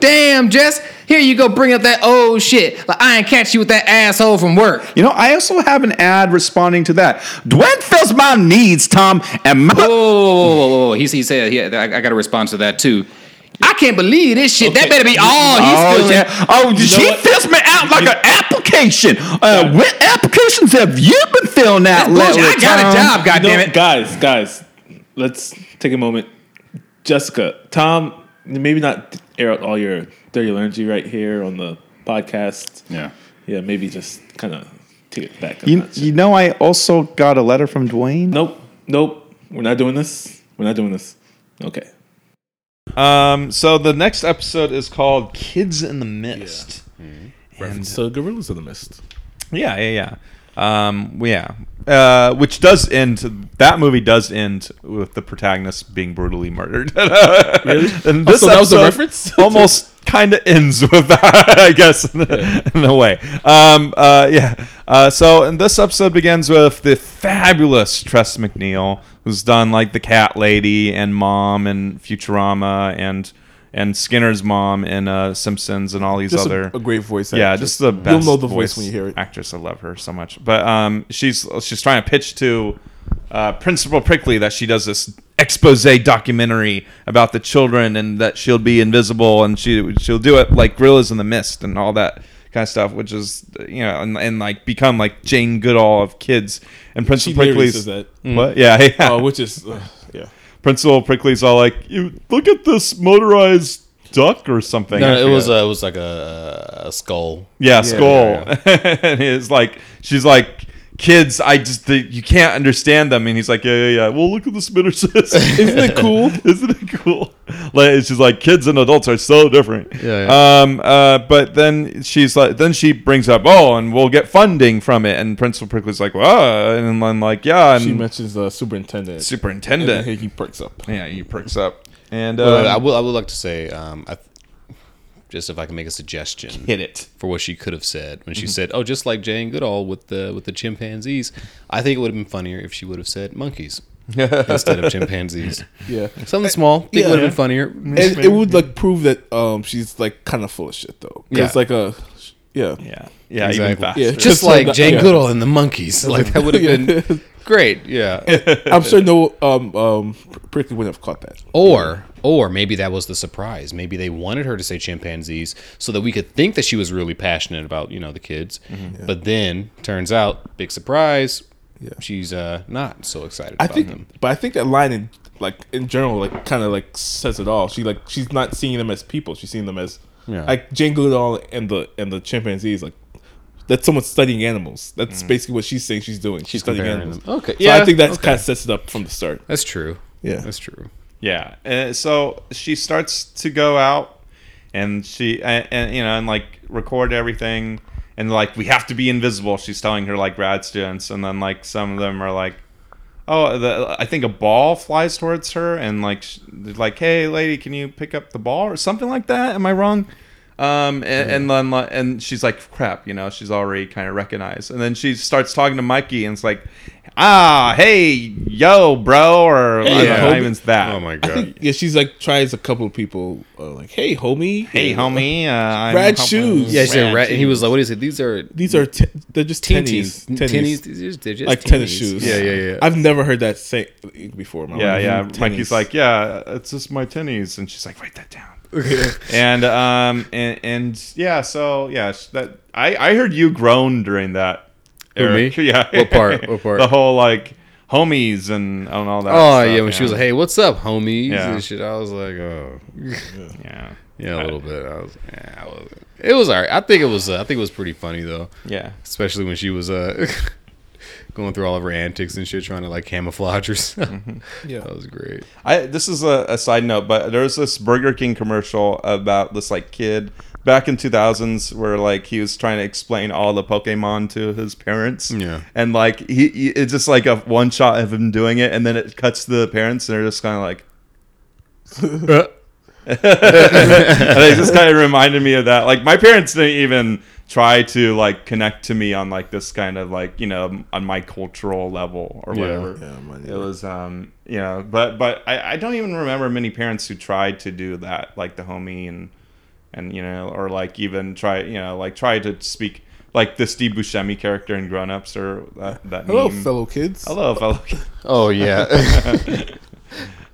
Damn, Jess, here you go bring up that old shit. Like I ain't catch you with that asshole from work.
You know, I also have an ad responding to that. Dwayne fills my needs, Tom, and my.
Whoa, whoa, whoa, whoa, whoa, whoa. He, he said, yeah, I, I got a response to that too. I can't believe this shit. That better be all he's
oh,
feeling.
yeah. Oh, she
what?
fills me out like an application. Uh, what applications have you been filling out
Bullshit,
lately?
I got a
Tom?
job, God
No,
damn it.
guys, guys, let's take a moment. Jessica, Tom, maybe not air out all your dirty energy right here on the podcast.
Yeah.
Yeah, maybe just kind of take it back. a
You,
notch.
you know, I also got a letter from Dwayne.
nope, nope. We're not doing this. We're not doing this. Okay.
Um, so the next episode is called Kids in the Mist.
so, Gorillas of the Mist.
Yeah, yeah, yeah. Um, yeah. Uh, which does end. That movie does end with the protagonist being brutally murdered. [laughs] and
Oh,
this
so that was a
episode
reference? [laughs]
almost kind of ends with [laughs] that, I guess, in a, in a way. Um, uh, yeah. Uh, so, and this episode begins with the fabulous Tress McNeil, who's done like the Cat Lady and Mom and Futurama and and Skinner's mom and uh, Simpsons and all these
Just a-
other
a great voice
Yeah,
actress.
just the
You'll
best.
know the voice when you hear it.
Actress, I love her so much. But um, she's she's trying to pitch to uh, Principal Prickly that she does this expose documentary about the children and that she'll be invisible and she she'll do it like gorillas in the mist and all that kind of stuff, which is you know and, and like become like Jane Goodall of kids. And Principal
literally
Prickly's
says that.
what? Yeah, [laughs] yeah.
Oh, which is, uh, yeah.
Principal Prickly's all like, "You look at this motorized." Duck or something.
Uh,
I
it was
forget.
a, it was like a, a skull.
Yeah, skull. [laughs] and it's like she's like, kids, I just the, you can't understand them. And he's like, yeah, yeah, yeah. Well, look at the spinner system. Isn't it cool? [laughs] Isn't it cool? Like it's just like kids and adults are so different.
Yeah,
Um. Uh. But then she's like, then she brings up, oh, and we'll get funding from it. And Principal Prickly's like, wow. And then like, yeah. And
She mentions the superintendent. and then
Um, superintendent.
he- he perks up.
yeah, he perks up. And
But
Um,
uh,
I will I would like to say, um, I, th- just if I can make a suggestion.
hit it.
for what she could have said when she
Mm-hmm.
said, "Oh, just like Jane Goodall with the with the chimpanzees." I think it would have been funnier if she would have said
[laughs]
monkeys instead of chimpanzees.
Yeah.
Something small. I think it would have been funnier.
And it would like prove that um she's like kind of full of shit though.
Yeah.
It's like a yeah.
Yeah. Yeah. Even
Exactly.
faster.
Yeah.
Just
So
like
that-
Jane
yeah.
Goodall and the monkeys. Like that would
[laughs]
have [laughs] been great. Yeah.
I'm sure no um um Prickly wouldn't have caught that.
Or or maybe that was the surprise. Maybe they wanted her to say chimpanzees so that we could think that she was really passionate about, you know, the kids. But then turns out, big surprise,
Mm-hmm. Yeah.
she's uh, not so excited
I
about
think,
them.
but I think that line in like in general like kind of like says it all. She like she's not seeing them as people. She's seeing them as
Yeah.
like Jane Goodall and the and the chimpanzees like. That's someone studying animals. That's basically what she's saying she's doing. She's, studying
Mm. comparing
animals.
them. Okay,
So I
yeah,
think that kind of sets it up from the start.
That's true.
Yeah.
That's true.
Yeah. Uh, so she starts to go out, and she and, and you know and like record everything, and like we have to be invisible. She's telling her like grad students, and then like some of them are like, oh, the, I think a ball flies towards her, and like sh- they're like, hey, lady, can you pick up the ball or something like that? Am I wrong? Um, and, and then like, and she's like, crap, you know, she's already kind of recognized, and then she starts talking to Mikey, and it's like. Ah, hey, yo, bro, or
Yeah.
not even that.
Oh my
I
god.
think yeah, she's like tries a couple of people uh, like, "Hey, homie,
Hey,
Yeah.
homie. Uh, I'm
Rad
helping-
shoes.
Yeah, he said rat,
Rad
he was like, "What do you say? These are
These are t- they're just tennies,
tennies,
tennies,
tennies. They're just, they're just
like tennis
tennies.
shoes."
Yeah, yeah, yeah.
I've never heard that say before. in My
Yeah,
life.
yeah.
Tennies.
Mikey's like, yeah, it's just my tennies, and she's like, write that
[laughs]
down. and um and, and yeah, so yeah, sh- that I I heard you groan during that.
Who,
Eric.
me?
[laughs] Yeah.
What part?
[laughs]
What part?
the whole like homies and and all that.
Oh
stuff,
yeah, when she was like, "Hey, what's up, homies?"
Yeah.
and shit, I was like, "Oh,
yeah,
yeah, a little bit." I was, yeah, I was, it was alright. I think it was, uh, I think it was pretty funny though,
yeah.
especially when she was uh, [laughs] going through all of her antics and shit, trying to like camouflage herself.
Yeah.
that was great.
I this is a, a side note, but there was this Burger King commercial about this like kid back in 2000s where like he was trying to explain all the Pokemon to his parents.
Yeah.
and like he, he- it's just like a one shot of him doing it, and then it cuts to the parents, and they're just kind of like.
Uh.
[laughs] and it just kind of reminded me of that. Like my parents didn't even try to like connect to me on like this kind of like you know on my cultural level or
Yeah.
whatever.
Yeah, mine
it was um you know but but I, I don't even remember many parents who tried to do that like the homie and and you know or like even try you know like try to speak like the Steve Buscemi character in Grown Ups or that that
"Hello,
meme.
fellow kids."
hello fellow
Oh [laughs] yeah,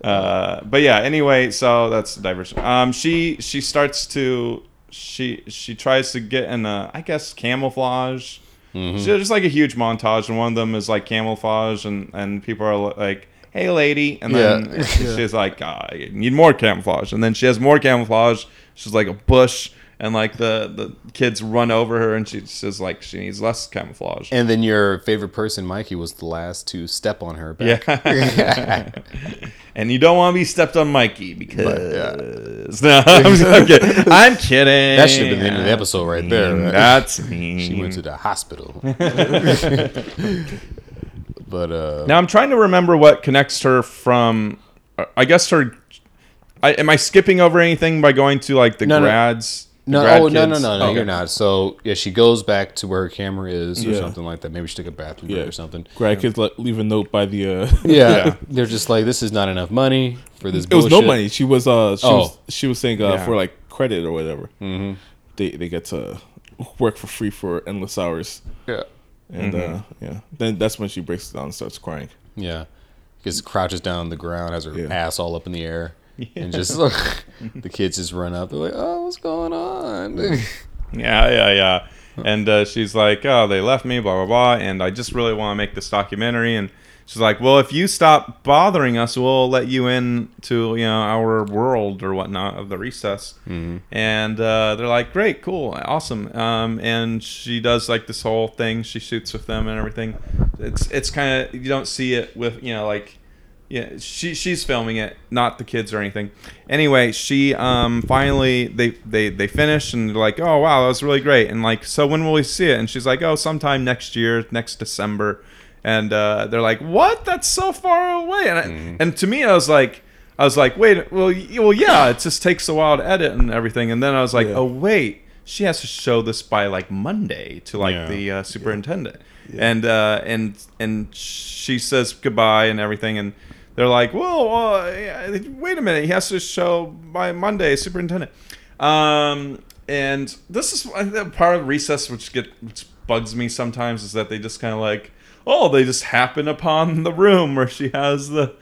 uh, but yeah anyway so that's the diversion um she she starts to she she tries to get in a i guess camouflage
Mm-hmm.
so there's like a huge montage and one of them is like camouflage and and people are like hey lady and then [laughs]
Yeah.
she's like "Ah, i need more camouflage and then she has more camouflage she's like a bush and like the the kids run over her and she says like she needs less camouflage
and then your favorite person, Mikey, was the last to step on her back.
yeah. [laughs] and you don't want to be stepped on Mikey because. [laughs] No, I'm, kidding. I'm kidding.
That should have been the end of the episode right there. right?
That's me.
[laughs] She went to the [laughs] hospital. but uh
Now I'm trying to remember what connects her from. uh, I guess her. I, am I skipping over anything by going to like the
No, no.
grads? the
no,
grad
oh, no, no,
kids?
no, no,
Okay.
you're not. So yeah, she goes back to where her camera is or
Yeah.
something like that. Maybe she took a bathroom break
Yeah.
or something.
Grad kids like, leave a note by the. Uh, [laughs]
Yeah. they're just like, this is not enough money for this.
it was no
bullshit."
money. She was uh, she
Oh.
was she was saying uh,
Yeah.
for like credit or whatever. Mm-hmm. They they get to work for free for endless hours,
Yeah,
and
Mm-hmm.
uh, yeah, then that's when she breaks down and starts crying.
yeah. Because crouches down on the ground, has her
Yeah.
ass all up in the air, and just [laughs] the kids just run up. They're like, "Oh, what's going on?" [laughs]
Yeah, yeah, yeah. And uh, she's like, oh, they left me, blah, blah, blah. And I just really want to make this documentary. And she's like, well, if you stop bothering us, we'll let you in to, you know, our world or whatnot of the recess. And uh, they're like, great, cool, awesome. Um, and she does like this whole thing. She shoots with them and everything. It's, it's kind of, you don't see it with, you know, like, yeah, she she's filming it, not the kids or anything. Anyway, she um finally they they they finish and they're like, oh wow, that was really great. And like, so when will we see it? And she's like, oh, sometime next year, next December. And uh, they're like, what? That's so far away. And I, and to me, I was like, I was like, wait, well, y- well, yeah, it just takes a while to edit and everything. And then I was like, oh wait, she has to show this by like Monday to like
Yeah.
the the uh, superintendent, and uh, and and she says goodbye and everything, and they're like, "Well, uh, yeah, wait a minute, he has to show by Monday, superintendent." Um, and this is one- the part of recess which get which bugs me sometimes is that they just kind of like, oh, they just happen upon the room where she has the.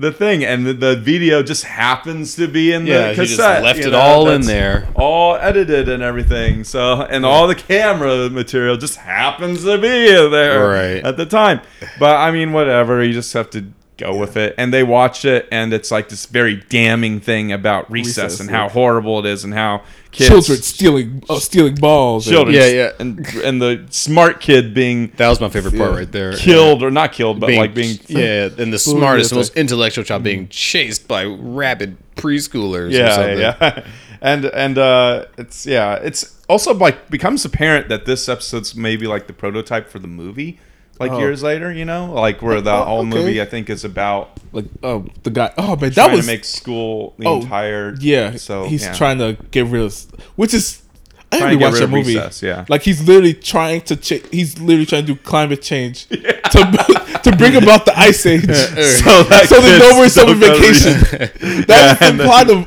The thing and the, the video just happens to be in
Yeah,
the
she just
cassette.
left it
know,
all in
that's-
there.
all edited and everything. So, and all the camera material just happens to be there
Right.
at the time. But I mean, whatever. You just have to go with it. And they watch it, and it's like this very damning thing about recess,
Recess,
and
yeah.
how horrible it is, and how kids,
Children stealing uh, stealing balls. and-
children,
Yeah, yeah.
and and the smart kid being
That was my favorite part
Yeah.
right there.
killed or not killed, but like being
yeah, and the smartest, most intellectual child being chased by rabid preschoolers. or
yeah,
something.
yeah, yeah. [laughs] And and uh, it's yeah, it's also like becomes apparent that this episode's maybe like the prototype for the movie, like years later. You know, like where the
Oh,
whole
okay.
movie I think is about
Like oh the guy oh man
trying
that was
to make school the
oh,
entire
yeah
So
he's
yeah. [laughs]
trying to get rid of which is I
Trying to
haven't
get
watched
rid
that
of
movie
recess, yeah.
like he's literally trying to cha- he's literally trying to do climate
[laughs]
change to to bring about the ice age so
that
[laughs] so there's
kid's
no more summer
so good. [laughs]
vacation
Yeah,
that's
and
the
then-
plot of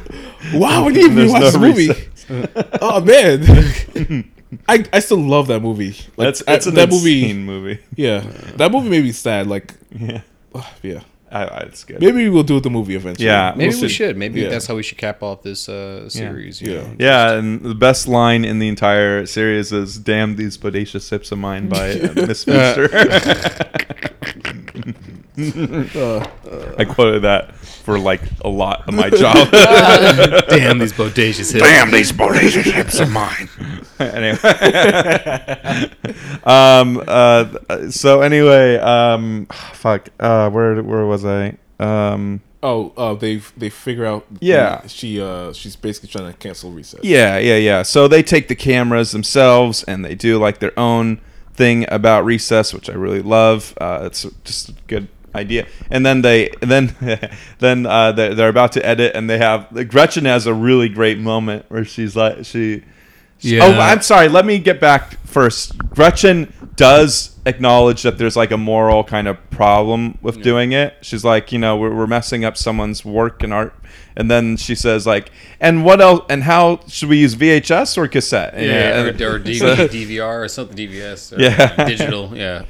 why
[laughs]
would you even
there's
watch
no
this movie [laughs] oh man
[laughs]
I I still love that movie like
That's it's
I-
an
that movie
insane movie.
yeah that movie made me sad like
Yeah,
ugh, yeah.
I, I, it's good.
Maybe we'll do the movie eventually.
Yeah,
[laughs] Maybe we
see.
should. Maybe
Yeah.
that's how we should cap off this uh, series. You
Yeah.
know?
Yeah, and the best line in the entire series is "Damn these bodacious hips of mine" by uh, Miss Mister. I quoted that for like a lot of my childhood.
Damn these bodacious hips.
Damn these bodacious hips of mine.
[laughs] anyway, [laughs] um, uh, so anyway, um, [sighs] fuck, uh, where where was I? Um,
Oh, uh, they they figure out.
Yeah.
She uh she's basically trying to cancel recess.
Yeah, yeah, yeah. So they take the cameras themselves and they do like their own thing about recess, which I really love. Uh, it's just a good idea. And then they [laughs] then then uh, they're, they're about to edit and they have Gretchen has a really great moment where she's like she. she- Oh,
Yeah.
I'm sorry. Let me get back first. Gretchen does acknowledge that there's like a moral kind of problem with doing it. She's like, you know, we're, we're messing up someone's work and art. And then she says like, and what else? And how should we use VHS or cassette?
Yeah,
And-
or, or DVD, DVR or something, DVS, or
Yeah.
digital, yeah.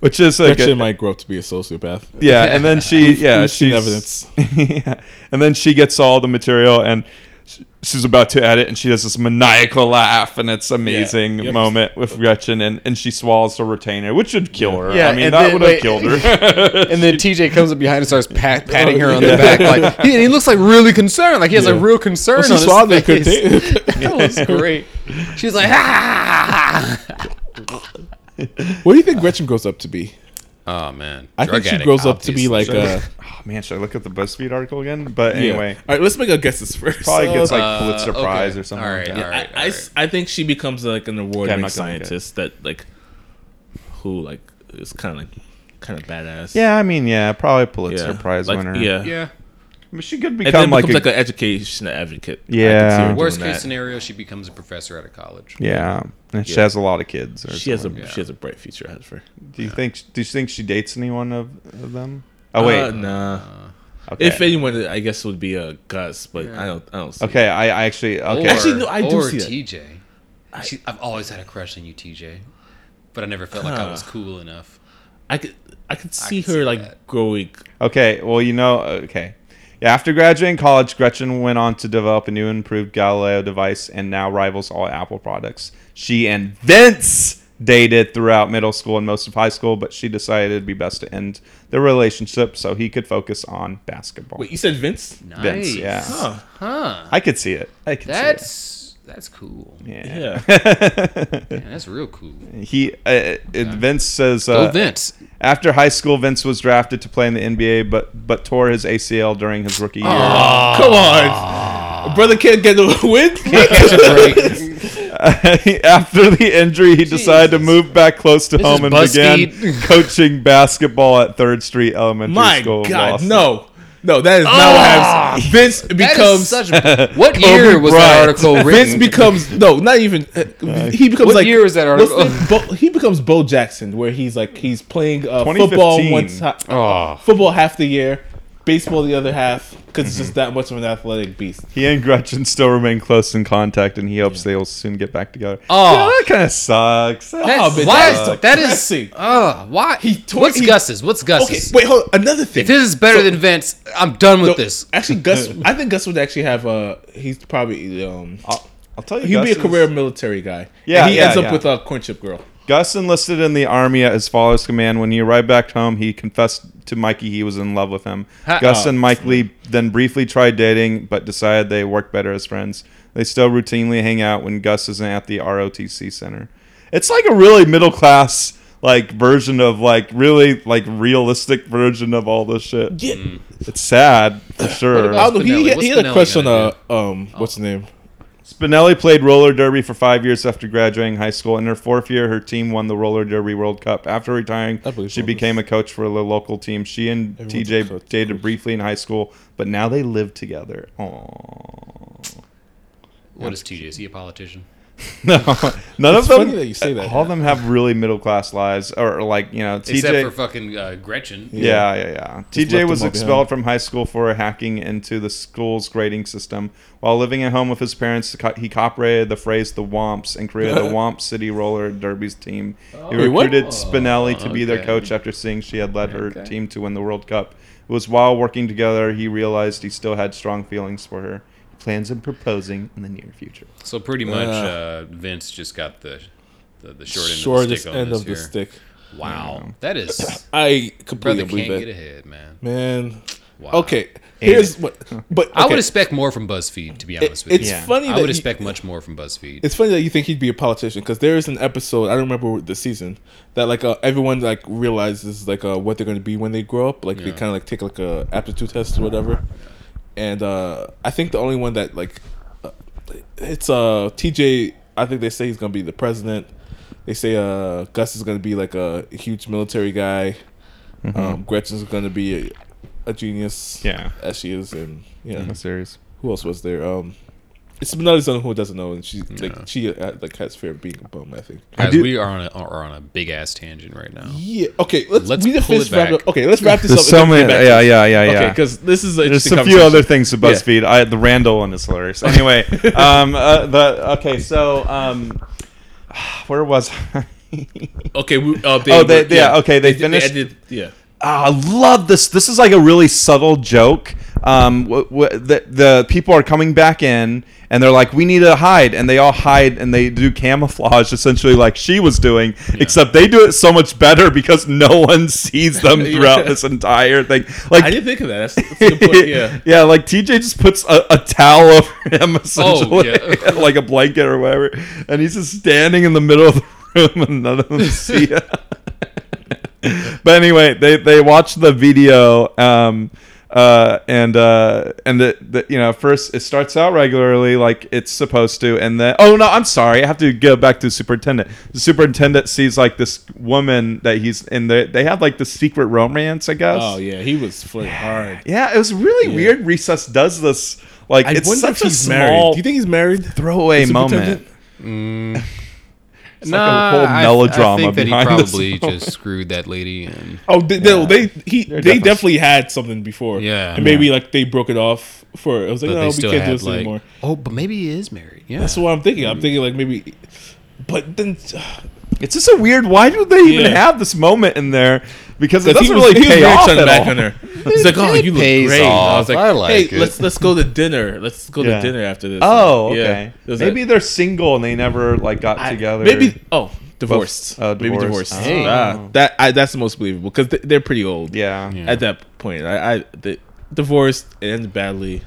which is like,
Gretchen
a,
might grow up to be a sociopath.
yeah. And then she, yeah,
We've seen
she's-
evidence.
[laughs] yeah. And then she gets all the material and sh- she's about to edit and she does this maniacal laugh and it's amazing
Yep.
moment with Gretchen and, and she swallows the retainer, which would kill her.
Yeah,
I mean,
and
that
then-
would have
wait.
killed her.
And then TJ comes up behind and starts pat- patting her on the back. Like he, he looks like really concerned. Like he has a
Yeah.
real concern
She
on
swallowed
his
that
face.
contain-
[laughs]
[laughs] that was great. She's like, ah.
What do you think Gretchen grows up to be?
Oh man,
I
Drug
think she
addict,
grows up to be
obviously.
like uh
[laughs] oh, man, should I look at the BuzzFeed article again? But
yeah.
anyway,
All right, let's make our guesses first.
probably gets like
Uh,
Pulitzer
okay.
Prize or something.
Alright,
like that.
alright.
I, I s- I think she becomes like an award winning
I'm not gonna look at it.
scientist that like who like is kind of like kind of badass.
Yeah, I mean, yeah, probably Pulitzer Prize
like,
winner.
Yeah,
yeah.
I mean, she could
And then
become like,
becomes
a,
like, an education advocate. I could see
Yeah.
her doing
Where's
Worst case
that.
scenario, she becomes a professor at a college.
yeah. And she has a lot of kids. Or
She has a
something.
she has a bright future ahead of her.
Do you think? Do you think she dates anyone of, of them? Oh wait,
uh, nah.
okay.
If anyone, I guess it would be a Gus, but I don't. I don't. See
okay, I, I actually okay.
Or,
Actually, no, I do
or
see that.
TJ. She, I've always had a crush on you, TJ, but I never felt like I was cool enough.
I could I could see
could
her
see
like
that.
growing.
Okay, well, you know, okay. Yeah, after graduating college, Gretchen went on to develop a new and improved Galileo device and now rivals all Apple products. She and Vince dated throughout middle school and most of high school, but she decided it'd be best to end their relationship so he could focus on basketball.
Wait, you said Vince?
Nice.
Vince, yeah.
Huh.
Huh.
I could see it. I could
That's that's cool.
see it. Yeah.
Yeah.
Man, that's real cool.
[laughs] He uh, uh, Vince says
Oh,
uh,
Vince.
after high school Vince was drafted to play in the NBA but but tore his ACL during his rookie year.
[laughs] Come on. Brother can't get [laughs] the win.
[laughs] After the injury, he decided to move back close to
This
home and
is
[laughs]
began coaching basketball at Third Street Elementary
My
School. in
God,
Boston.
no. No, that is not what happens. Vince becomes
that is [laughs] such. What year was that
Bryant.
article
Vince
written?
becomes no, not even uh, he becomes
What
like
year is that
what's
article?
the- Bo, he becomes Bo Jackson, where he's like he's playing uh, football
2015.
one time,
Oh.
football half the year, baseball the other half, because it's just that much of an athletic beast.
He and Gretchen still remain close in contact, and he hopes they'll soon get back together.
Oh.
Yeah, that kind of sucks.
That's,
but
why-
that's
that is.
depressing.
Uh, why?
tore-
what's
he-
Gus's? What's
Okay,
Gus's?
wait, hold on. Another thing.
If this is better than Vince, I'm done with
No, uh,
this.
Actually, Gus, I think Gus would actually have a. He's probably um.
I'll, I'll tell you,
He'd be a
Gus is-
career military guy.
Yeah,
and he
yeah,
ends up
yeah.
with a courtship girl.
Gus enlisted in the army at his father's command. When he arrived back home, he confessed to Mikey he was in love with him.
Ha-
Gus and Mike Lee then briefly tried dating, but decided they work better as friends. They still routinely hang out when Gus isn't at the ROTC center. It's like a really middle class, like version of like really like realistic version of all this shit.
Yeah.
It's sad for sure.
I don't
Spinelli?
know. He, had-
What's
he had
Spinelli
a crush on
gonna
uh um what's his name?
Spinelli played roller derby for five years after graduating high school. In her fourth year, her team won the roller derby World Cup. After retiring,
I believe
she
so.
became a coach for the local team. She and
Everyone's a coach.
TJ dated briefly in high school, but now they live together. Aww.
What is TJ? Is he a politician?
[laughs] No, none
It's
of them.
funny that you say that.
All of them have really middle class lives, or like you know,
Except
TJ.
for fucking uh, Gretchen.
Yeah, yeah, yeah. TJ
left
was
them all
expelled from high school for hacking into the school's grading system. While living at home with his parents, co- he copyrighted the phrase "the Womps" and
[laughs]
created the Womp City Roller Derbies team. He
Oh. Wait, what?
recruited Spinelli to be their
Okay.
coach after seeing she had led her team to win the World Cup. It was while working together he realized he still had strong feelings for her. He plans on proposing in the near future.
So pretty much, uh, Vince just got the the, the short end of the
Shortest
stick on
end
this
of
here.
the stick.
Wow, that is
I
brother
completely
can't
believe
get
it.
ahead, man.
Man.
Wow.
Okay. Here's what but
I would
okay.
expect more from BuzzFeed, to be honest with
it's
you.
Yeah.
funny
I
that
would
you-
expect much more from BuzzFeed.
It's funny that you think he'd be a politician because there is an episode I don't remember the season that like uh, everyone like realizes like uh, what they're going to be when they grow up. Like they kind of like take like a aptitude test or whatever. And uh, I think the only one that like uh, it's uh TJ. I think they say he's going to be the president. They say uh Gus is going to be like a huge military guy. Um, Gretchen's going to be a, a genius.
Yeah. Mm-hmm.
as she is, and yeah,
serious.
who else was there? Um, it's another someone who doesn't know, and she like she uh, like has fear of being a bum. I think.
Guys,
do-
we are on a, are on a big ass tangent right now.
Yeah. Okay. Let's,
Let's
we didn't
pull
finish
it back.
wrap up- Okay, let's wrap this
There's
up.
so many. Yeah, yeah, yeah, yeah.
Okay, because this is an
There's
interesting
a few
conversation.
other things to BuzzFeed. I, the Randall one is hilarious. Anyway, [laughs] um, uh, the okay, so um, [sighs] where was I?
Okay, we, uh,
Oh, they- yeah, okay, they
did-
finished-
did- yeah.
Ah, I love this. This is like a really subtle joke. Um, wh- wh- the, the people are coming back in, and they're like, "We need to hide," and they all hide, and they do camouflage essentially, like she was doing. Except they do it so much better because no one sees [laughs] them throughout this entire thing. Like
I didn't think of that. That's, that's a good
[laughs]
point. Yeah. Oh,
like TJ just puts a, a towel over him essentially,
yeah.
[laughs] like a blanket or whatever, and he's just standing in the middle of the room and none of
[laughs]
them see him. [laughs] but anyway, they they watched the video, um, uh, and uh, and the, the you know first it starts out regularly like it's supposed to, and then oh no, I'm sorry, I have to go back to the superintendent. The superintendent sees like this woman that he's in the they have like the secret romance, I guess.
Oh yeah, he was flirting hard.
Yeah, it was really weird. Recess does this. Like,
I
it's
wonder
such
if
a
he's
small
married. Do you think he's married?
throwaway
The
moment.
superintendent?
It's like a whole melodrama
I, think that he
behind this
probably
moment.
just screwed that lady. And
Oh, they, no, they he they
definitely-
definitely had something before.
Yeah.
and maybe like they broke it off for. I was like,
but
no,
they
we
still
can't do
had
this
like,
anymore.
oh, but maybe he is married. Yeah,
That's what I'm thinking. I'm thinking like maybe, but then [sighs]
It's just a weird. Why do they even
Yeah.
have this moment in there? Because it
Because
doesn't really
was
pay
very
off
turned
at
back
all.
on
[laughs]
her. He's like, oh,
it
you look
pays
great. I
off.
was like,
I like
hey,
it.
let's let's go to dinner. Let's go
Yeah.
to dinner after this.
Oh,
Yeah.
okay.
There's
Maybe
that-
they're single and they never like got together.
Maybe oh, divorced.
oh,
Maybe
divorced.
divorced.
Hey.
Ah, that I, that's the most believable because they, they're pretty old.
Yeah.
Yeah.
At that point, I, I the, divorced it ends badly.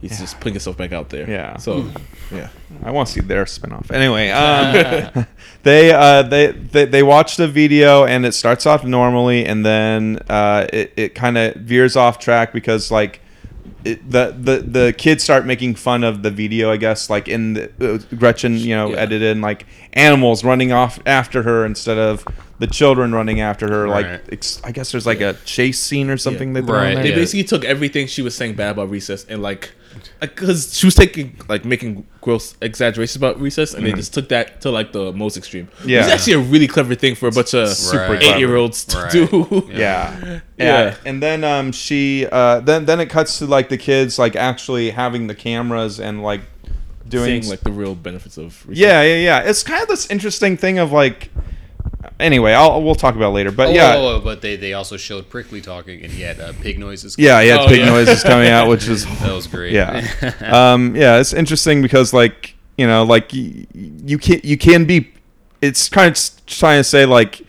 He's just putting himself back out there.
Yeah.
So yeah.
I want to see their
[laughs]
spinoff. Anyway, um, [laughs] they, uh, they they they watch the video and it starts off normally and then uh, it, it kind of veers off track because like it, the, the the kids start making fun of the video. I guess like in the, uh, Gretchen, you know,
Yeah.
edited in like animals running off after her instead of the children running after her.
Right.
Like it's, I guess there's like a chase scene or something they throw in
Right,
there.
They
yeah.
basically took everything she was saying bad about recess and like, because she was taking like making gross exaggerations about recess, and they just took that to like the most extreme.
Mm-hmm. Yeah.
it's actually a really clever thing for a bunch of
Super
super eight year olds to
clever.
do. [laughs]
yeah. yeah.
Yeah.
And then um she uh then then it cuts to like the kids like actually having the cameras and like doing
Seeing like the real benefits of recess.
Yeah, yeah, yeah. It's kind of this interesting thing of like anyway, I'll we'll talk about it later. But
Oh,
yeah.
oh, oh, but they, they also showed Prickly talking, and he had uh, pig noises.
Yeah, yeah,
Oh,
big
yeah.
noises coming out
[laughs]
which is
[laughs] that was great.
yeah. um yeah, it's interesting because like, you know, like you, you can you can be it's kind of s- trying to say like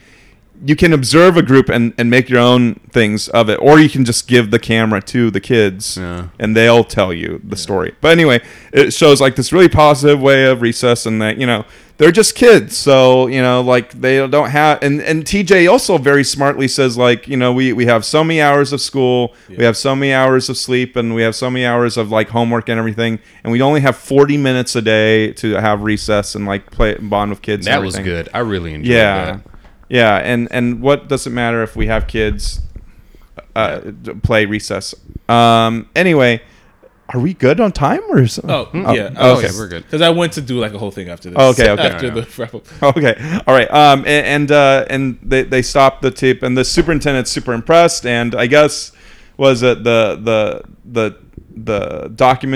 you can observe a group and, and make your own things of it, or you can just give the camera to the kids
Yeah.
and they'll tell you the story. But anyway, it shows like this really positive way of recess and that, you know, they're just kids. So, you know, like they don't have, and, and TJ also very smartly says, like, you know, we, we have so many hours of school, we have so many hours of sleep, and we have so many hours of like homework and everything. And we only have 40 minutes a day to have recess and like play and bond with kids. and
That was
everything."
good. I really enjoyed
yeah
that.
yeah and and what does it matter if we have kids uh d- play recess um anyway are we good on time or is
Oh, yeah.
oh, okay.
we're good.
Because I went to do like a whole thing after this.
Okay, okay.
After the wrap up.
[laughs] okay all right um a- and and, uh and they they stopped the tape and the superintendent's super impressed and i guess was it the the the the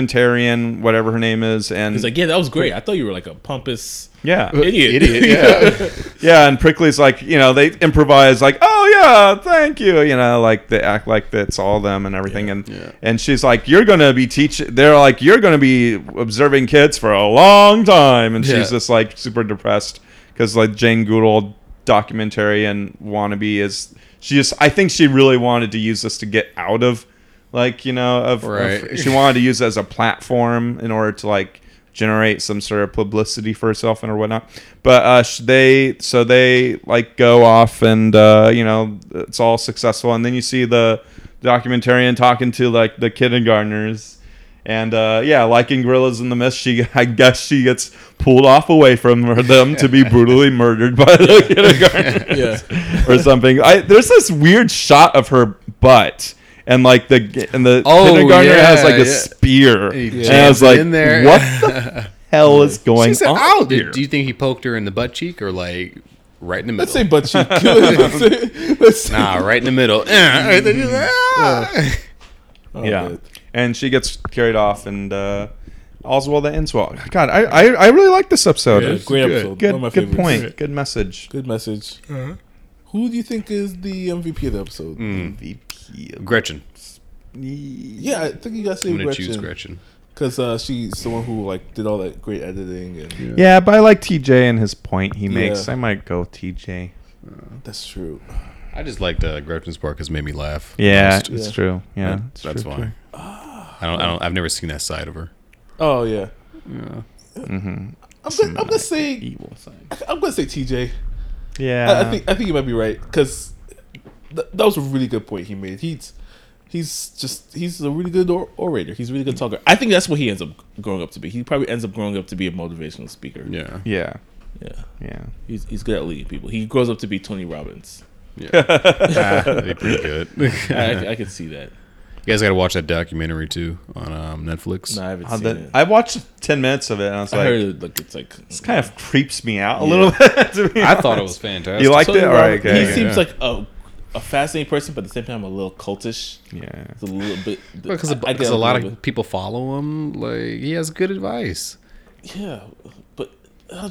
documentarian whatever her name is and
He's like, yeah, that was great. I thought you were like a pompous
[laughs] Uh, yeah
idiot.
[laughs]
Idiot.
[laughs]
Yeah.
Yeah, and Prickly's like, you know, they improvise like, "Oh yeah, thank you," you know, like they act like that's all them and everything, and and she's like, "You're gonna be teaching." They're like, "You're gonna be observing kids for a long time," and
Yeah.
she's just like super depressed because like Jane Goodall documentary and wannabe is she just I think she really wanted to use this to get out of like you know of, of-
Right.
she wanted to use it as a platform in order to like generate some sort of publicity for herself and or whatnot but uh sh- they so they like go off and uh you know it's all successful and then you see the documentarian talking to like the kindergartners and uh yeah like in gorillas in the mist she [laughs] i guess she gets pulled off away from her- them to be brutally murdered by the kindergartners or something. I there's this weird shot of her butt. And like the and the
Oh,
kindergartner
yeah,
has like a
yeah.
spear,
He
and I
jams
was
it
like,
in there.
"What
[laughs]
the hell is going on?"
Did, do you think he poked her in the butt cheek or like right in the middle?
Say butt
[laughs]
cheek. [laughs] Let's say- let's say-
nah, right in the middle. [laughs] Eh, then he's like, ah.
yeah,
man.
and she gets carried off, and uh, all's well that ends well. God, I, I, I really like this episode. It was
great
good,
episode.
Good,
One of my
good
favorites.
point. Good message.
Good message. Who do you think is the MVP of the episode?
Mm.
MVP.
Gretchen.
Yeah, I think you guys say
I'm gonna choose
Gretchen
Gretchen.
because uh, she's the one who like did all that great editing, and
Yeah, but I like TJ and his point he makes.
Yeah.
I might go TJ.
that's true.
I just liked uh, Gretchen's part because it made me laugh.
Yeah,
Honest.
it's true. Yeah, it's
that's
true,
why.
too.
I don't. I don't. I've never seen that side of her.
Oh yeah.
Mm-hmm.
I'm, gonna, I'm gonna say I'm gonna say TJ.
Yeah,
I, I think I think you might be right because th- that was a really good point he made. He's he's just he's a really good or- orator. He's a really good talker. I think that's what he ends up growing up to be. He probably ends up growing up to be a motivational speaker.
[laughs] Yeah.
Yeah,
Yeah.
yeah.
He's, he's good at leading people. He grows up to be Tony Robbins.
They're pretty good. you
I, I, I could see that.
guys got to watch that documentary too on um, Netflix.
No, I haven't
How
seen
the-
it. I,
I watched ten minutes of it and I was like,
heard it, like it's like
this kind of creeps me out a little [laughs] bit. to be
I thought it was
honest.
fantastic.
You liked
Tony
it, all right?
Robbins-
Okay.
he
yeah.
seems like a a fascinating person, but at the same time a little cultish.
yeah.
It's a little bit
because
I- I get
a lot
little bit-
of people follow him. Like he has good advice.
Yeah, but uh,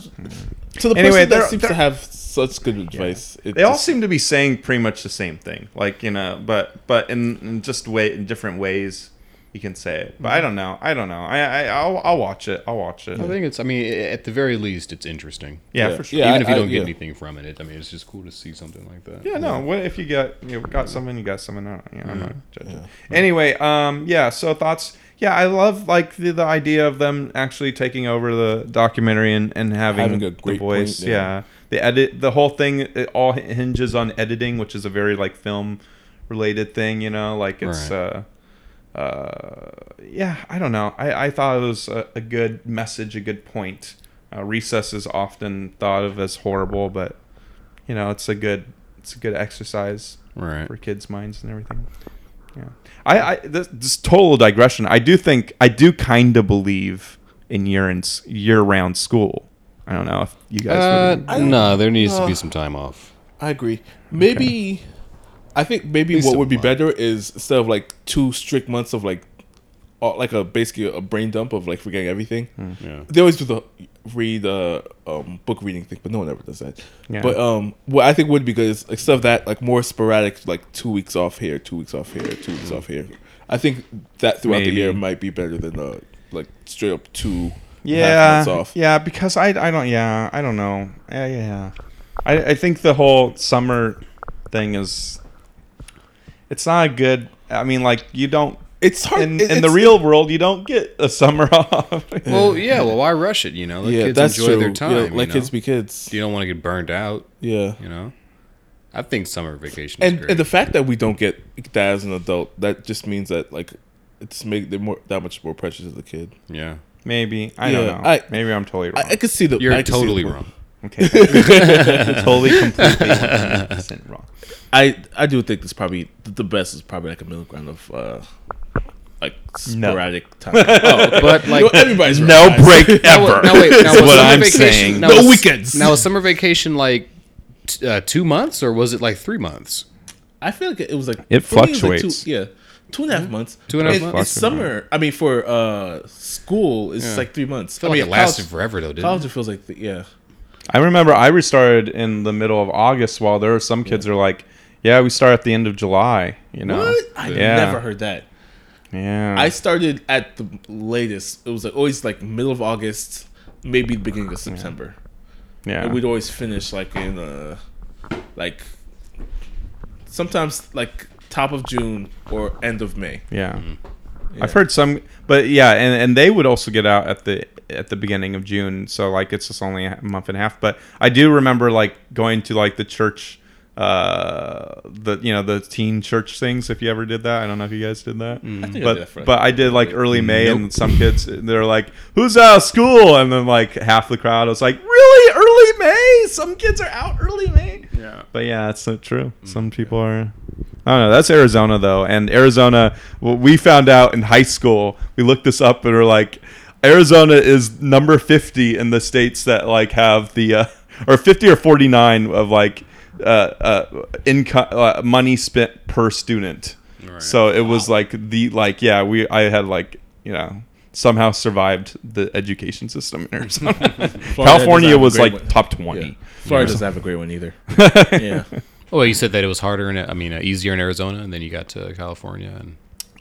to the
Anyway,
person
they're-
that seems
they're-
to have such good advice, it
They all
just-
seem to be saying pretty much the same thing, like you know, but but in, in just way in different ways you can say it.
Mm-hmm.
But I don't know. I don't know. I, I I'll, I'll watch it. I'll watch it.
I think it's. I mean, a- at the very least, it's interesting.
yeah,
yeah.
for sure.
Yeah,
Even if you
I-
don't
I-
get
yeah.
anything from it, it, I mean, it's just cool to see something like that.
Yeah, no. What if you got you got someone, you got someone. I don't, you know, I'm not judging. Anyway, um, yeah. So thoughts. Yeah, I love like the, the idea of them actually taking over the documentary and, and having,
Having a
the
great
voice.
point, yeah.
yeah. the edit, the whole thing, it all hinges on editing, which is a very like film related thing. You know, like it's. Uh, uh, yeah, I don't know. I, I thought it was a, a good message, a good point. Uh, recess is often thought of as horrible, but you know, it's a good it's a good exercise
Right.
for kids' minds and everything. Yeah, I, I this, this total digression. I do think I do kind of believe in year in, year round school. I don't know if you guys.
Uh,
would-
no, there needs to be some time off.
I agree. Maybe I think maybe
Please
what
don't
would be
lie.
better is instead of like two strict months of like, all, like a basically a brain dump of like forgetting everything.
Hmm.
Yeah.
They always do the read uh, um book reading thing, but no one ever does that.
Yeah.
But um, what I think would be good is instead of that, like more sporadic, like two weeks off here, two weeks off here, two weeks off here. I think that throughout
Hmm. Maybe.
the year might be better than uh like straight up two. half
yeah,
months off.
yeah, because I I don't yeah I don't know yeah yeah. I, I think the whole summer thing is it's not a good I mean like you don't
It's hard
in,
it-
in the
it's-
real world you don't get a summer [laughs] off.
Well, yeah. Well, why rush it? You know, let
Yeah,
kids
that's
enjoy
true.
their time.
yeah,
you
let
know?
kids be kids.
You don't want to get burned out.
Yeah,
You know, I think summer vacation. is
and
great.
and the fact that we don't get that as an adult, that just means that like it's make they're more that much more precious as a kid.
yeah,
Maybe I
Yeah,
don't know.
I-
Maybe I'm totally wrong.
I, I could see the
you're
I could see the
totally
point. [laughs]
wrong.
okay, totally completely 100% wrong.
I I do think this probably th- the best is probably like a middle ground of uh like
No.
sporadic time. oh, okay.
But like,
everybody's
No
right.
break ever.
now, now wait,
[laughs]
now
is
was
what
summer
I'm
vacation,
saying.
Now,
No
was-
weekends.
Now was summer vacation like t- uh, two months or was it like three months?
I feel like it was like
It
for me, was, like,
fluctuates.
two, yeah, two and a half months.
Two and a half
In- in
months.
summer, I mean, for uh school, it's
Yeah.
like three months.
I feel like it
college-
lasted forever though, didn't
College
it?
it feels like the, yeah.
I remember I restarted in the middle of August while there are some kids are like, yeah, we start at the end of July. You know,
What? I
yeah.
never heard that.
Yeah,
I started at the latest. It was like always like middle of August, maybe the beginning of September.
yeah.
And we'd always finish like in uh like sometimes like top of June or end of May.
Yeah. I've heard some, but yeah, and, and they would also get out at the at the beginning of June, so like it's just only a month and a half. But I do remember like going to like the church, uh, the you know the teen church things. If you ever did that, I don't know if you guys did that,
think Mm. I
but
did that for, like,
but I did like early May, and some kids they're like, "Who's out of school?" And then like half the crowd was like, "Really, early May? Some kids are out early May."
Yeah.
But yeah, that's not true.
Mm,
Some people are. I don't know. That's Arizona though, and Arizona. What we found out in high school, we looked this up and were like, Arizona is number fifty in the states that like have the uh, [laughs] or fifty or forty nine of like uh, uh, income uh, money spent per student. So it was like the like yeah we I had like you know somehow survived the education system
[laughs]
in Arizona. California
have a
was
great
like
one.
top twenty.
Florida doesn't have a great one either. yeah.
Oh, well, you said that it was harder in I mean uh, easier in Arizona, and then you got to California and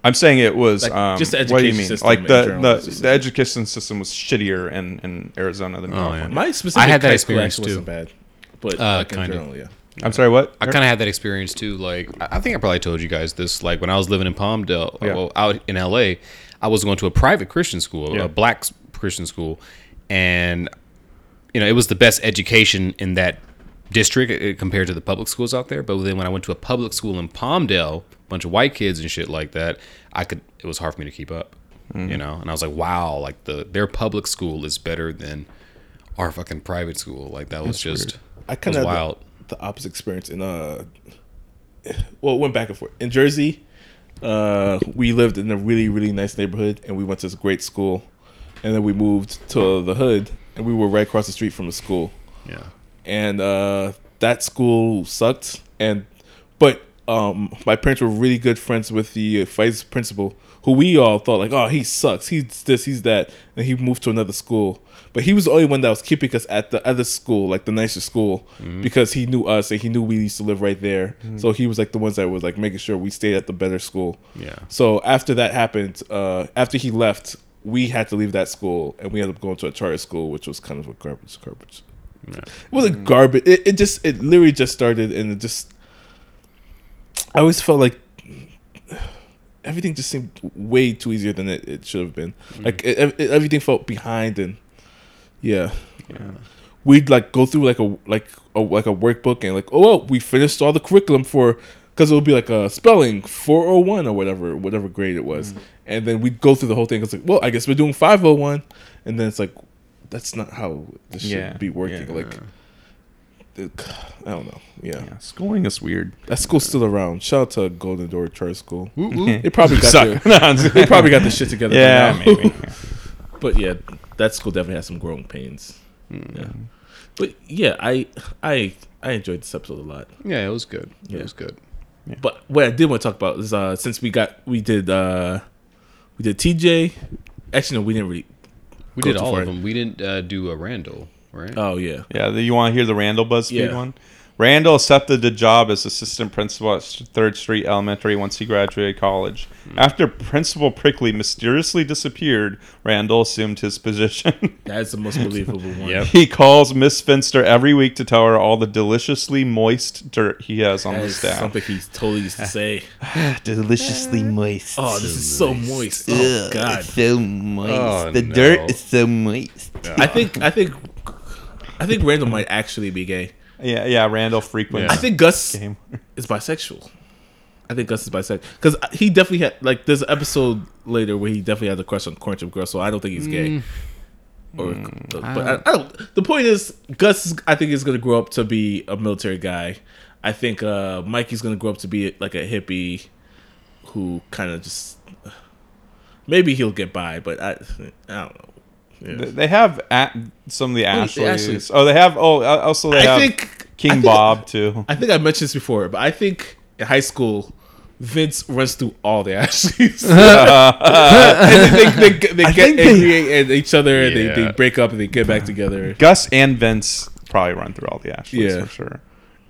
I'm saying it was
Like,
um,
just the
what do you
education
mean?
system
like
in
the
general
the,
is just-
the education system was shittier in, in Arizona than California.
My specific
I had that
high school
experience,
actually
too.
Wasn't bad, but
Uh,
like, in
kinda.
general, yeah.
I'm sorry, what?
I kind of had that experience too. Like I I think I probably told you guys this. Like when I was living in Palmdale,
Yeah.
well, out in LA, I was going to a private Christian school,
Yeah.
a black s- Christian school, and you know it was the best education in that district eh, compared to the public schools out there. But then when I went to a public school in Palmdale, bunch of white kids and shit like that, I could. It was hard for me to keep up. You know, and I was like, wow, like the their public school is better than our fucking private school. Like that was just
I
was
kind of
wild.
the opposite experience in uh well it went back and forth in jersey uh we lived in a really really nice neighborhood and we went to this great school and then we moved to the hood and we were right across the street from the school
Yeah.
and uh that school sucked and but um my parents were really good friends with the vice principal who we all thought like oh he sucks he's this he's that and he moved to another school but he was the only one that was keeping us at the other school like the nicer school because he knew us and he knew we used to live right there so he was like the ones that was like making sure we stayed at the better school
Yeah.
so after that happened uh after he left we had to leave that school and we ended up going to a charter school which was kind of a garbage garbage it wasn't garbage. It, it just it literally just started and it just I always felt like everything just seemed way too easier than it, it should have been.
Mm-hmm.
Like it, it- everything felt behind and yeah. We'd like go through like a like a like a workbook and like oh well, we finished all the curriculum for because it would be like a spelling 401 or whatever whatever grade it was
Mm-hmm.
and then we'd go through the whole thing it's like well i guess we're doing 501 and then it's like that's not how this
Yeah,
should be working
yeah.
like I don't know. Yeah.
Yeah, schooling is weird.
that school's still around. Shout out to Golden Door Charter School.
[laughs]
yeah,
They probably
[laughs]
got
Suck.
their, they probably got the shit.
Shit together. by now.
[laughs] maybe.
but yeah, that school definitely has some growing pains. Yeah. But yeah, I I I enjoyed this episode a lot.
Yeah, it was good. It was good.
But what I did want to talk about is uh since we got we did uh we did TJ. Actually no, we didn't really
We
Go
did
too
all
far.
of them. We didn't uh, do a Randall, right?
Oh yeah.
Yeah, the, you want to hear the Randall BuzzFeed
Yeah.
one? Randall accepted the job as assistant principal at S- Third Street Elementary once he graduated college. After Principal Prickly mysteriously disappeared, Randall assumed his position. [laughs]
That's the most believable one.
Yep.
he calls Miss Finster every week to tell her all the deliciously moist dirt he has on
That
the
is
staff.
something he totally used to say.
Uh,
Deliciously moist.
Oh, this is so moist. Oh God.
So moist.
Oh,
the
no.
dirt is so moist.
I think I think I think Randall might actually be gay.
Yeah, yeah. Randall frequents.
I think Gus
Game.
is bisexual. I think Gus is bisexual because he definitely had like there's an episode later where he definitely had a crush on corn chip girl. So I don't think he's gay. Or, uh,
Mm,
but I, I don't. The point is, Gus is, I think is going to grow up to be a military guy. I think uh, Mikey's going to grow up to be like a hippie who kind of just maybe he'll get by, but I I don't know. Yeah.
They have at some of the
the
Ashleys.
Ashleys.
Oh, they have. Oh, uh, also they
I
have
think-
King
I think-
Bob too.
I think I mentioned this before, but I think in high school, Vince runs through all the
[laughs]
Ashleys. and then they, they, they get angry at each other and they,
Yeah.
they break up and they get back together.
Gus and Vince probably run through all the Ashleys
Yeah.
for sure.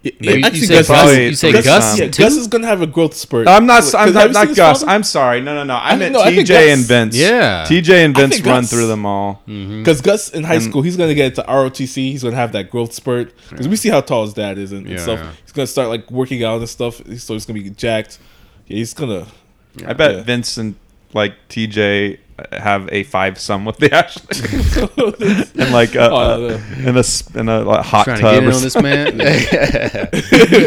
Yeah,
you
actually,
say
Gus,
Gus,
probably-
you say
Gus-
Gus,
yeah,
yeah,
too?
Gus is going to have a growth spurt.
I'm not. I'm
Because have
not,
you
not
seen his
Gus.
father?
I'm sorry. No, no, no. I,
I
meant
know, I think
TJ and
Gus-
Vince.
Yeah.
TJ and Vince
think
run
Gus-
through them all.
Mm.
Because Gus in high school, he's gonna get to ROTC. He's gonna have that growth spurt. Because we see how tall his dad is and, and
Yeah,
stuff.
yeah.
He's gonna start like working out and stuff. So he's gonna be jacked. Yeah, he's gonna.
[laughs]
[laughs]
I bet
Yeah.
Vince and like TJ have a five sum with the [laughs] Ashleys and like a,
Oh, no.
and a s- and a like, hot
Trying to
tub.
get in
or
on this
something.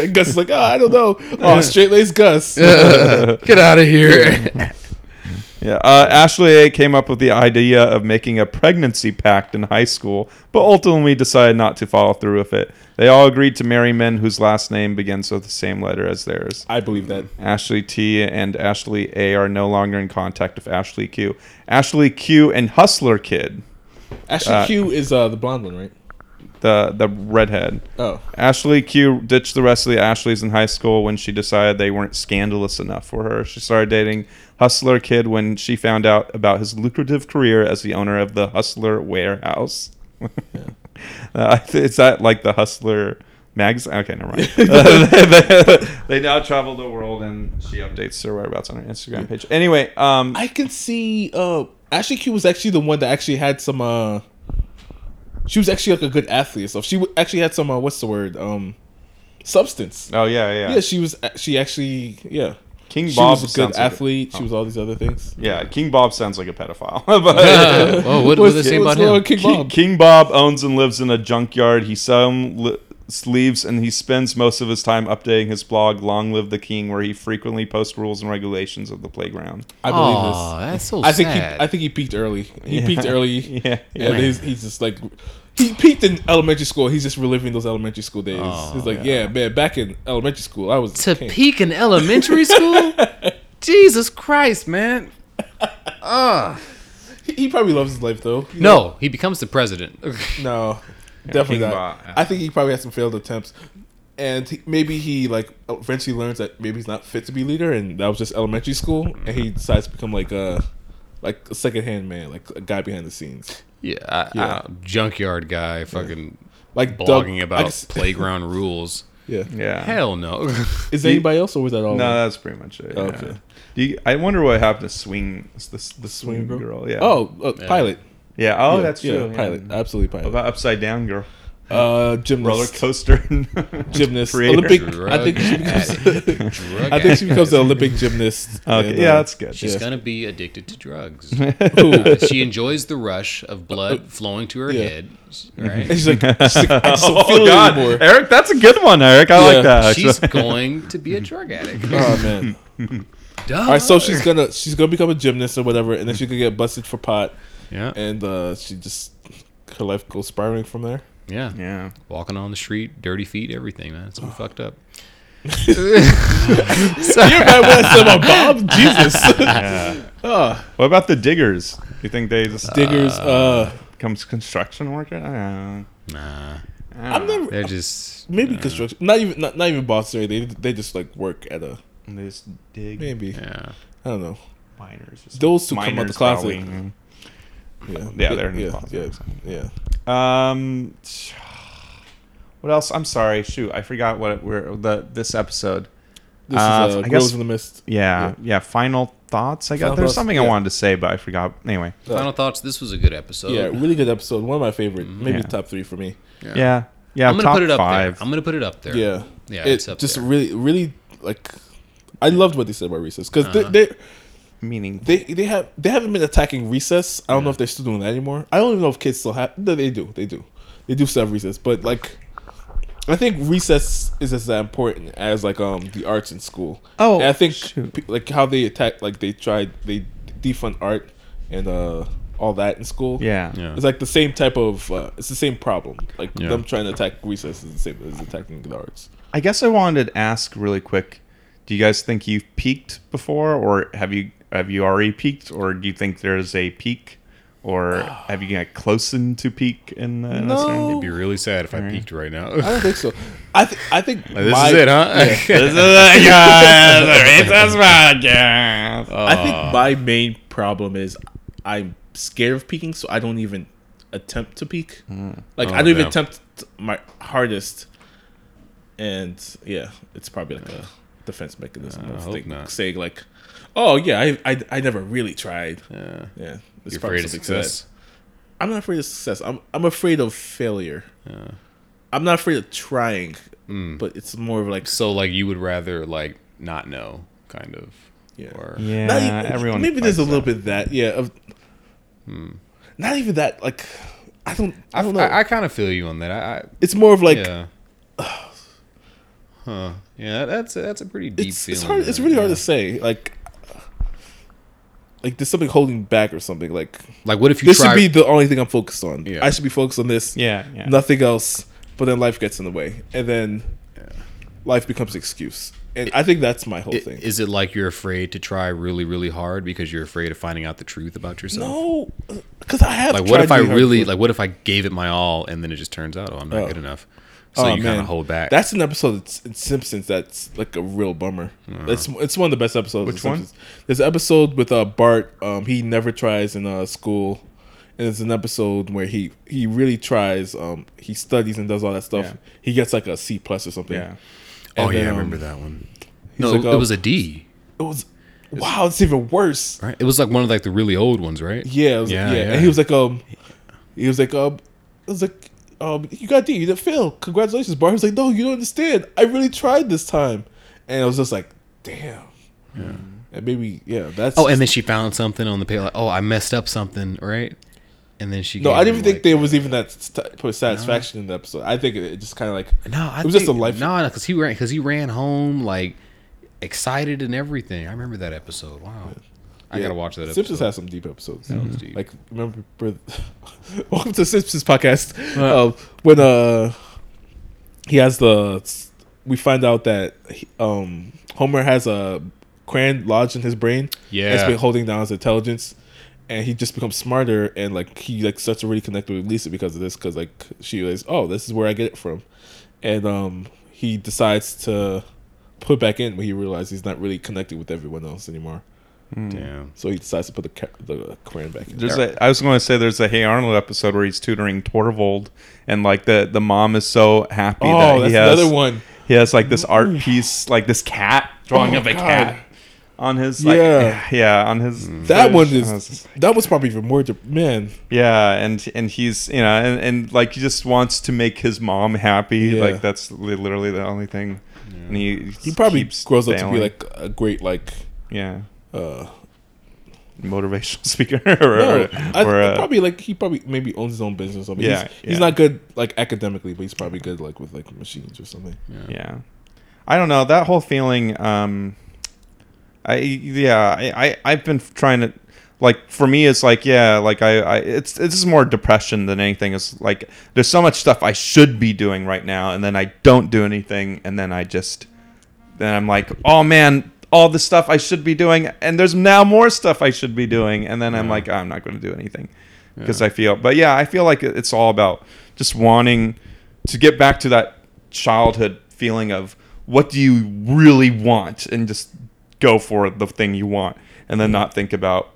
[laughs]
man.
Gus is like, oh, I
[laughs]
don't know. Oh, straight laced Gus.
get out of
[laughs]
here.
Yeah, uh, Ashley A came up with the idea of making a pregnancy pact in high school, but ultimately decided not to follow through with it. They all agreed to marry men whose last name begins with the same letter as theirs.
I believe that.
Ashley T and Ashley A are no longer in contact with Ashley Q. Ashley Q and Hustler Kid,
Ashley Q is uh, the blonde one, right?
the the redhead.
Oh,
Ashley Q ditched the rest of the Ashleys in high school when she decided they weren't scandalous enough for her. She started dating Hustler Kid when she found out about his lucrative career as the owner of the Hustler Warehouse. [laughs] Uh, is that like the Hustler magazine? Okay, never
[laughs]
mind. Uh, [laughs] they now travel the world, and she updates her whereabouts on her Instagram page. Anyway, um,
I can see. Uh, Ashley Q was actually the one that actually had some. Uh, she was actually like a good athlete. So she w- actually had some. Uh, what's the word? Um, substance.
oh yeah, yeah,
Yeah, she was. She actually. Yeah,
King
she
Bob
was a
sounds
good
like a-
athlete. She was all these other things.
yeah. King Bob sounds like a pedophile, [laughs] but.
oh, what, what did they say about
What's going on,
him?
uh, King
King,
Bob?
King Bob owns and lives in a junkyard. He some li- sleeves and he spends most of his time updating his blog "Long Live the King," where he frequently posts rules and regulations of
[laughs]
the playground.
I believe
Oh,
this.
that's so
I think he,
sad.
I think he peaked early. He peaked
[laughs]
early.
Yeah, yeah.
And he's, he's just like he peaked in elementary school. He's just reliving those elementary school days. he's like, yeah. man, back in elementary school, I was
to
king."
peak in elementary
[laughs]
school? Jesus Christ, man.
He, he probably loves his life though. You know?
No, he becomes the president.
[laughs] no, definitely
King
not.
Bob.
I think he probably had some failed attempts, and he, maybe he like eventually learns that maybe he's not fit to be leader, and that was just elementary school, and he decides to become like a like a second hand man, like a guy behind the scenes,
yeah, I,
Yeah.
I- junkyard guy fucking
like Doug-
blogging
I
about
[laughs] guess-
playground rules.
yeah.
Yeah,
Hell
[laughs]
no.
Is there anybody else, or was that all?
no, that's pretty much it.
Okay.
yeah. Do you, I wonder what happened to swing the, the swing
Girl?
girl? Yeah.
Oh, uh, pilot.
yeah. Oh,
Yeah,
that's
yeah, uh,
true. yeah.
Pilot, absolutely pilot.
About upside
[laughs]
down girl,
Uh,
roller
gymnast,
coaster, [laughs]
gymnast,
creator.
Olympic. I
Drug
think she becomes.
Drug
[laughs] I think she
addict.
becomes an Olympic gymnast.
Okay,
and,
yeah,
uh,
that's good.
She's
Yeah.
gonna be addicted to
[laughs]
drugs.
cool.
she enjoys the rush of blood flowing to her
yeah.
head. Right?
And she's like, she's like, I just don't
[laughs] Oh,
feel it
God,
anymore.
Eric, that's a good one, Eric. I
Yeah.
like that. actually.
She's going to be a drug addict.
Oh man!
Duh.
All right, so she's gonna she's gonna become a gymnast or whatever, and then she could get busted for pot,
yeah,
and uh, she just her life goes spiraling from there.
yeah,
yeah.
Walking on the street, dirty feet, everything, man. It's gonna be fucked up.
You're mad when I said about Bob, Jesus,
What about the diggers? You think they
[laughs]
just
diggers. Uh,
becomes construction worker? I don't know.
Nah,
I'm never
they're just
maybe construction. Not even not, not even boss area. They they just like work at a
And They just dig
maybe
yeah.
I don't know.
miners. Just
Those two come out the closet.
prowling.
Yeah,
Yeah, they're in the
yeah,
closet.
yeah, yeah.
Um, What else? I'm sorry. Shoot, I forgot what we're the this episode.
This
Uh,
is uh,
I guess-
Girls in the Mist.
Yeah, yeah. final thoughts. I got
Final
there's
thoughts,
something I
yeah.
wanted to say, but I forgot. Anyway,
Final thoughts. This was a good episode.
Yeah, really good episode. One of my favorite.
Mm-hmm.
Maybe
Yeah.
top three for me.
yeah, yeah.
I'm gonna
top
put it up
five.
there. I'm gonna put it up there.
Yeah,
Yeah,
It
it's up
just
there.
really, really like. I loved what they said about recess because
Uh-huh.
they, they
Meaning,
they they have they haven't been attacking recess. I don't know if they're still doing that anymore. I don't even know if kids still have. No, they do. They do. They do still have recess, but like, I think recess is as important as like um the arts in school.
Oh,
And I think
shoot.
pe- like how they attack, like they tried they defund art and uh all that in school.
yeah,
Yeah.
It's like the same type of. Uh, it's the same problem. Like
Yeah.
them trying to attack recess is the same as attacking the arts.
I guess I wanted to ask really quick. Do you guys think you've peaked before, or have you have you already peaked, or do you think there's a peak, or have you got close to peak in the?
[laughs]
[laughs]
It'd be really sad if I peaked right [laughs] now.
I don't think so. I th- I think
this
my-
is it, huh? [laughs]
this is it, guys. It's us
I
podcast.
Ah.
think my main problem is I'm scared of peaking, so I don't even attempt to peak. Like I
Oh,
don't even
no.
attempt my hardest. And yeah, it's probably like a defense mechanism.
I
of
hope
think-
not.
Saying like, "Oh yeah, I I, I never really tried." Yeah,
Yeah.
it's
You're
probably
afraid of
something sad.
success.
I'm not afraid of success. I'm I'm afraid of failure. I'm not afraid of trying,
Mm.
but it's more of like
So like you would rather like not know, kind of.
Yeah.
Or
Yeah,
Not even-
everyone.
Maybe there's a
fights
little bit
that.
that, yeah. Of, Not even that. Like, I don't. I don't know.
Hmm. I, I kind of feel you on that. I, I
it's more of like
yeah. Huh. Yeah, that's that's a pretty deep
it's,
feeling.
it's hard. It's
there.
really hard to say. Like, like there's something holding back or something. Like
Like, what if you
this
try?
should be the only thing I'm focused on.
Yeah.
I should be focused on this.
Yeah, yeah.
Nothing else. But then life gets in the way, and then life becomes excuse. And I think that's my whole
i-
thing.
Is it like you're afraid to try really, really hard because you're afraid of finding out the truth about yourself?
no, Oh, because I have.
Like, what
tried
if I
really hard
really
before.
like? What if I gave it my all and then it just turns out, oh, I'm not
Oh.
good enough. So
Oh,
you kind
man.
of hold back.
That's an episode that's in Simpsons that's like a real bummer. That's it's one of the best episodes.
Which
in
one?
Simpsons. There's an episode with uh, Bart. Um, he never tries in uh, school, and there's an episode where he he really tries. Um, he studies and does all that stuff.
Yeah.
He gets like a C plus or something.
Yeah.
oh
and
yeah,
then,
I
um,
remember that one. No,
like,
it,
oh.
was a D.
It was wow. It's even worse.
Right? It was like one of like the really old ones, right?
Yeah, it was, yeah, And he was like, um, he was like, um, it was like, um, you got D, you didn't fail. Congratulations, Bart. He was like, no, you don't understand. I really tried this time, and I was just like, damn. Yeah. And maybe yeah, that's.
Oh, and then she found something on the paper. Like, oh, I messed up something, right? And then she.
no,
gave
I didn't
him,
think
like-
there was even that type of satisfaction in the episode. I think it, it just kind of like
No, I
it was
think,
just a life.
No, because he ran because he ran home like excited and everything. I remember that episode. Wow, I
Yeah.
gotta watch that. episode.
Simpsons has some deep episodes.
deep.
Like remember, [laughs] welcome to Simpsons podcast. Um, when uh, he has the, we find out that he- um Homer has a crayon lodged in his brain. it's
Yeah.
been holding down his intelligence, and he just becomes smarter and like he like starts to really connect with Lisa because of this because like she was oh this is where I get it from, and um he decides to put back in when he realizes he's not really connected with everyone else anymore.
Damn.
So he decides to put the ca- the Koran back in.
There's a, I was going to say there's a Hey Arnold episode where he's tutoring Torvald, and like the the mom is so happy
oh,
that
that's
he has
another one. Mm.
he has like this art piece, like this cat drawing
Oh,
of a
God.
cat on his like,
Yeah.
yeah yeah on his
That
fridge.
one
I was
is
just-
that was probably even more. De- man,
yeah and and he's you know and, and like he just wants to make his mom happy
Yeah.
like that's li- literally the only thing and he
he probably
keeps
grows up to be
failing.
like a great like.
yeah
uh
motivational [laughs] speaker or,
no,
or,
I,
or, uh,
probably like he probably maybe owns his own business or something.
Yeah,
he's, he's
yeah.
not good like academically, but he's probably good like with like machines or something.
yeah i don't know that whole feeling um i yeah i, I i've been trying to like for me it's like yeah like i, I it's this is more depression than anything it's like there's so much stuff i should be doing right now and then i don't do anything and then i just then i'm like oh man all the stuff i should be doing and there's now more stuff i should be doing and then i'm like i'm not going to do anything because i feel but yeah i feel like it's all about just wanting to get back to that childhood feeling of what do you really want and just go for the thing you want and then not think about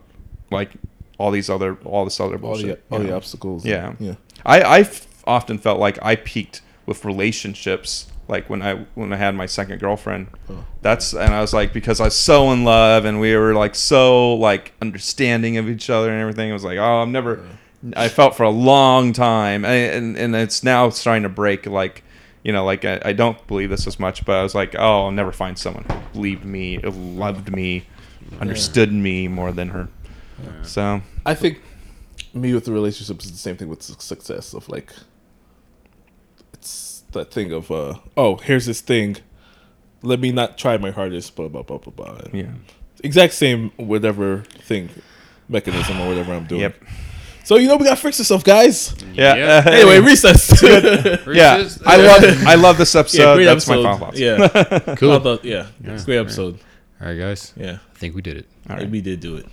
like all these other all this
All
other
the
bullshit.
all
you
the
know?
obstacles.
Yeah.
yeah.
I I f- often felt like I peaked with relationships. Like when I when I had my second girlfriend, that's and I was like because I was so in love and we were like so like understanding of each other and everything. I was like, oh, I'm never. I felt for a long time, I- and and it's now starting to break. Like you know, like I, I don't believe this as much, but I was like, oh, I'll never find someone who believed me, who loved me, understood me more than her. So
I think me with the relationships is the same thing with su- success of like it's that thing of uh oh here's this thing let me not try my hardest blah blah blah blah blah And
yeah,
exact same whatever thing mechanism or whatever I'm doing
yep,
so you know we gotta fix this stuff guys
yeah. [laughs]
Yep.
anyway recess [laughs]
yeah,
Versus-
I love I love this
[laughs]
episode.
yeah, great
That's
episode.
my final thoughts.
Yeah,
Cool.
I
All
thought- yeah, great episode.
right, guys.
Yeah,
I think we did it.
we did do it,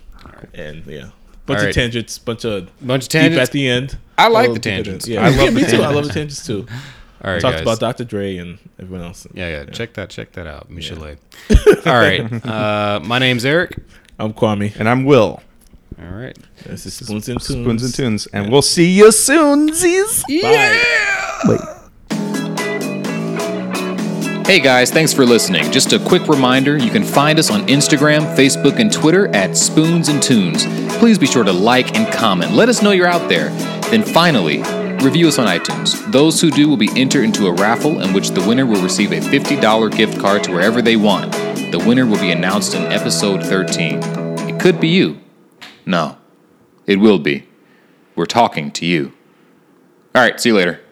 and yeah, bunch
All right.
of tangents, bunch of
Bunch of
deep at
tangents.
the end.
I like
Oh,
the tangents.
Yeah,
I love the
[laughs]
me too. I
tangents.
love the tangents too.
All right,
Talked
guys.
about Dr. Dre and everyone else.
yeah, yeah, Check that. Check that out, Michelet. All
[laughs]
right. Uh, my name's Eric.
I'm Kwame.
And I'm Will.
All right.
This is Spoons and Tunes.
Spoons and tunes, and we'll see you soon,
Hey guys, thanks for listening. Just a quick reminder you can find us on Instagram, Facebook, and Twitter at Spoons and Tunes. Please be sure to like and comment. Let us know you're out there. Then finally, review us on iTunes. Those who do will be entered into a raffle in which the winner will receive a $50 gift card to wherever they want. The winner will be announced in episode 13. It could be you. No, it will be. We're talking to you. All right, see you later.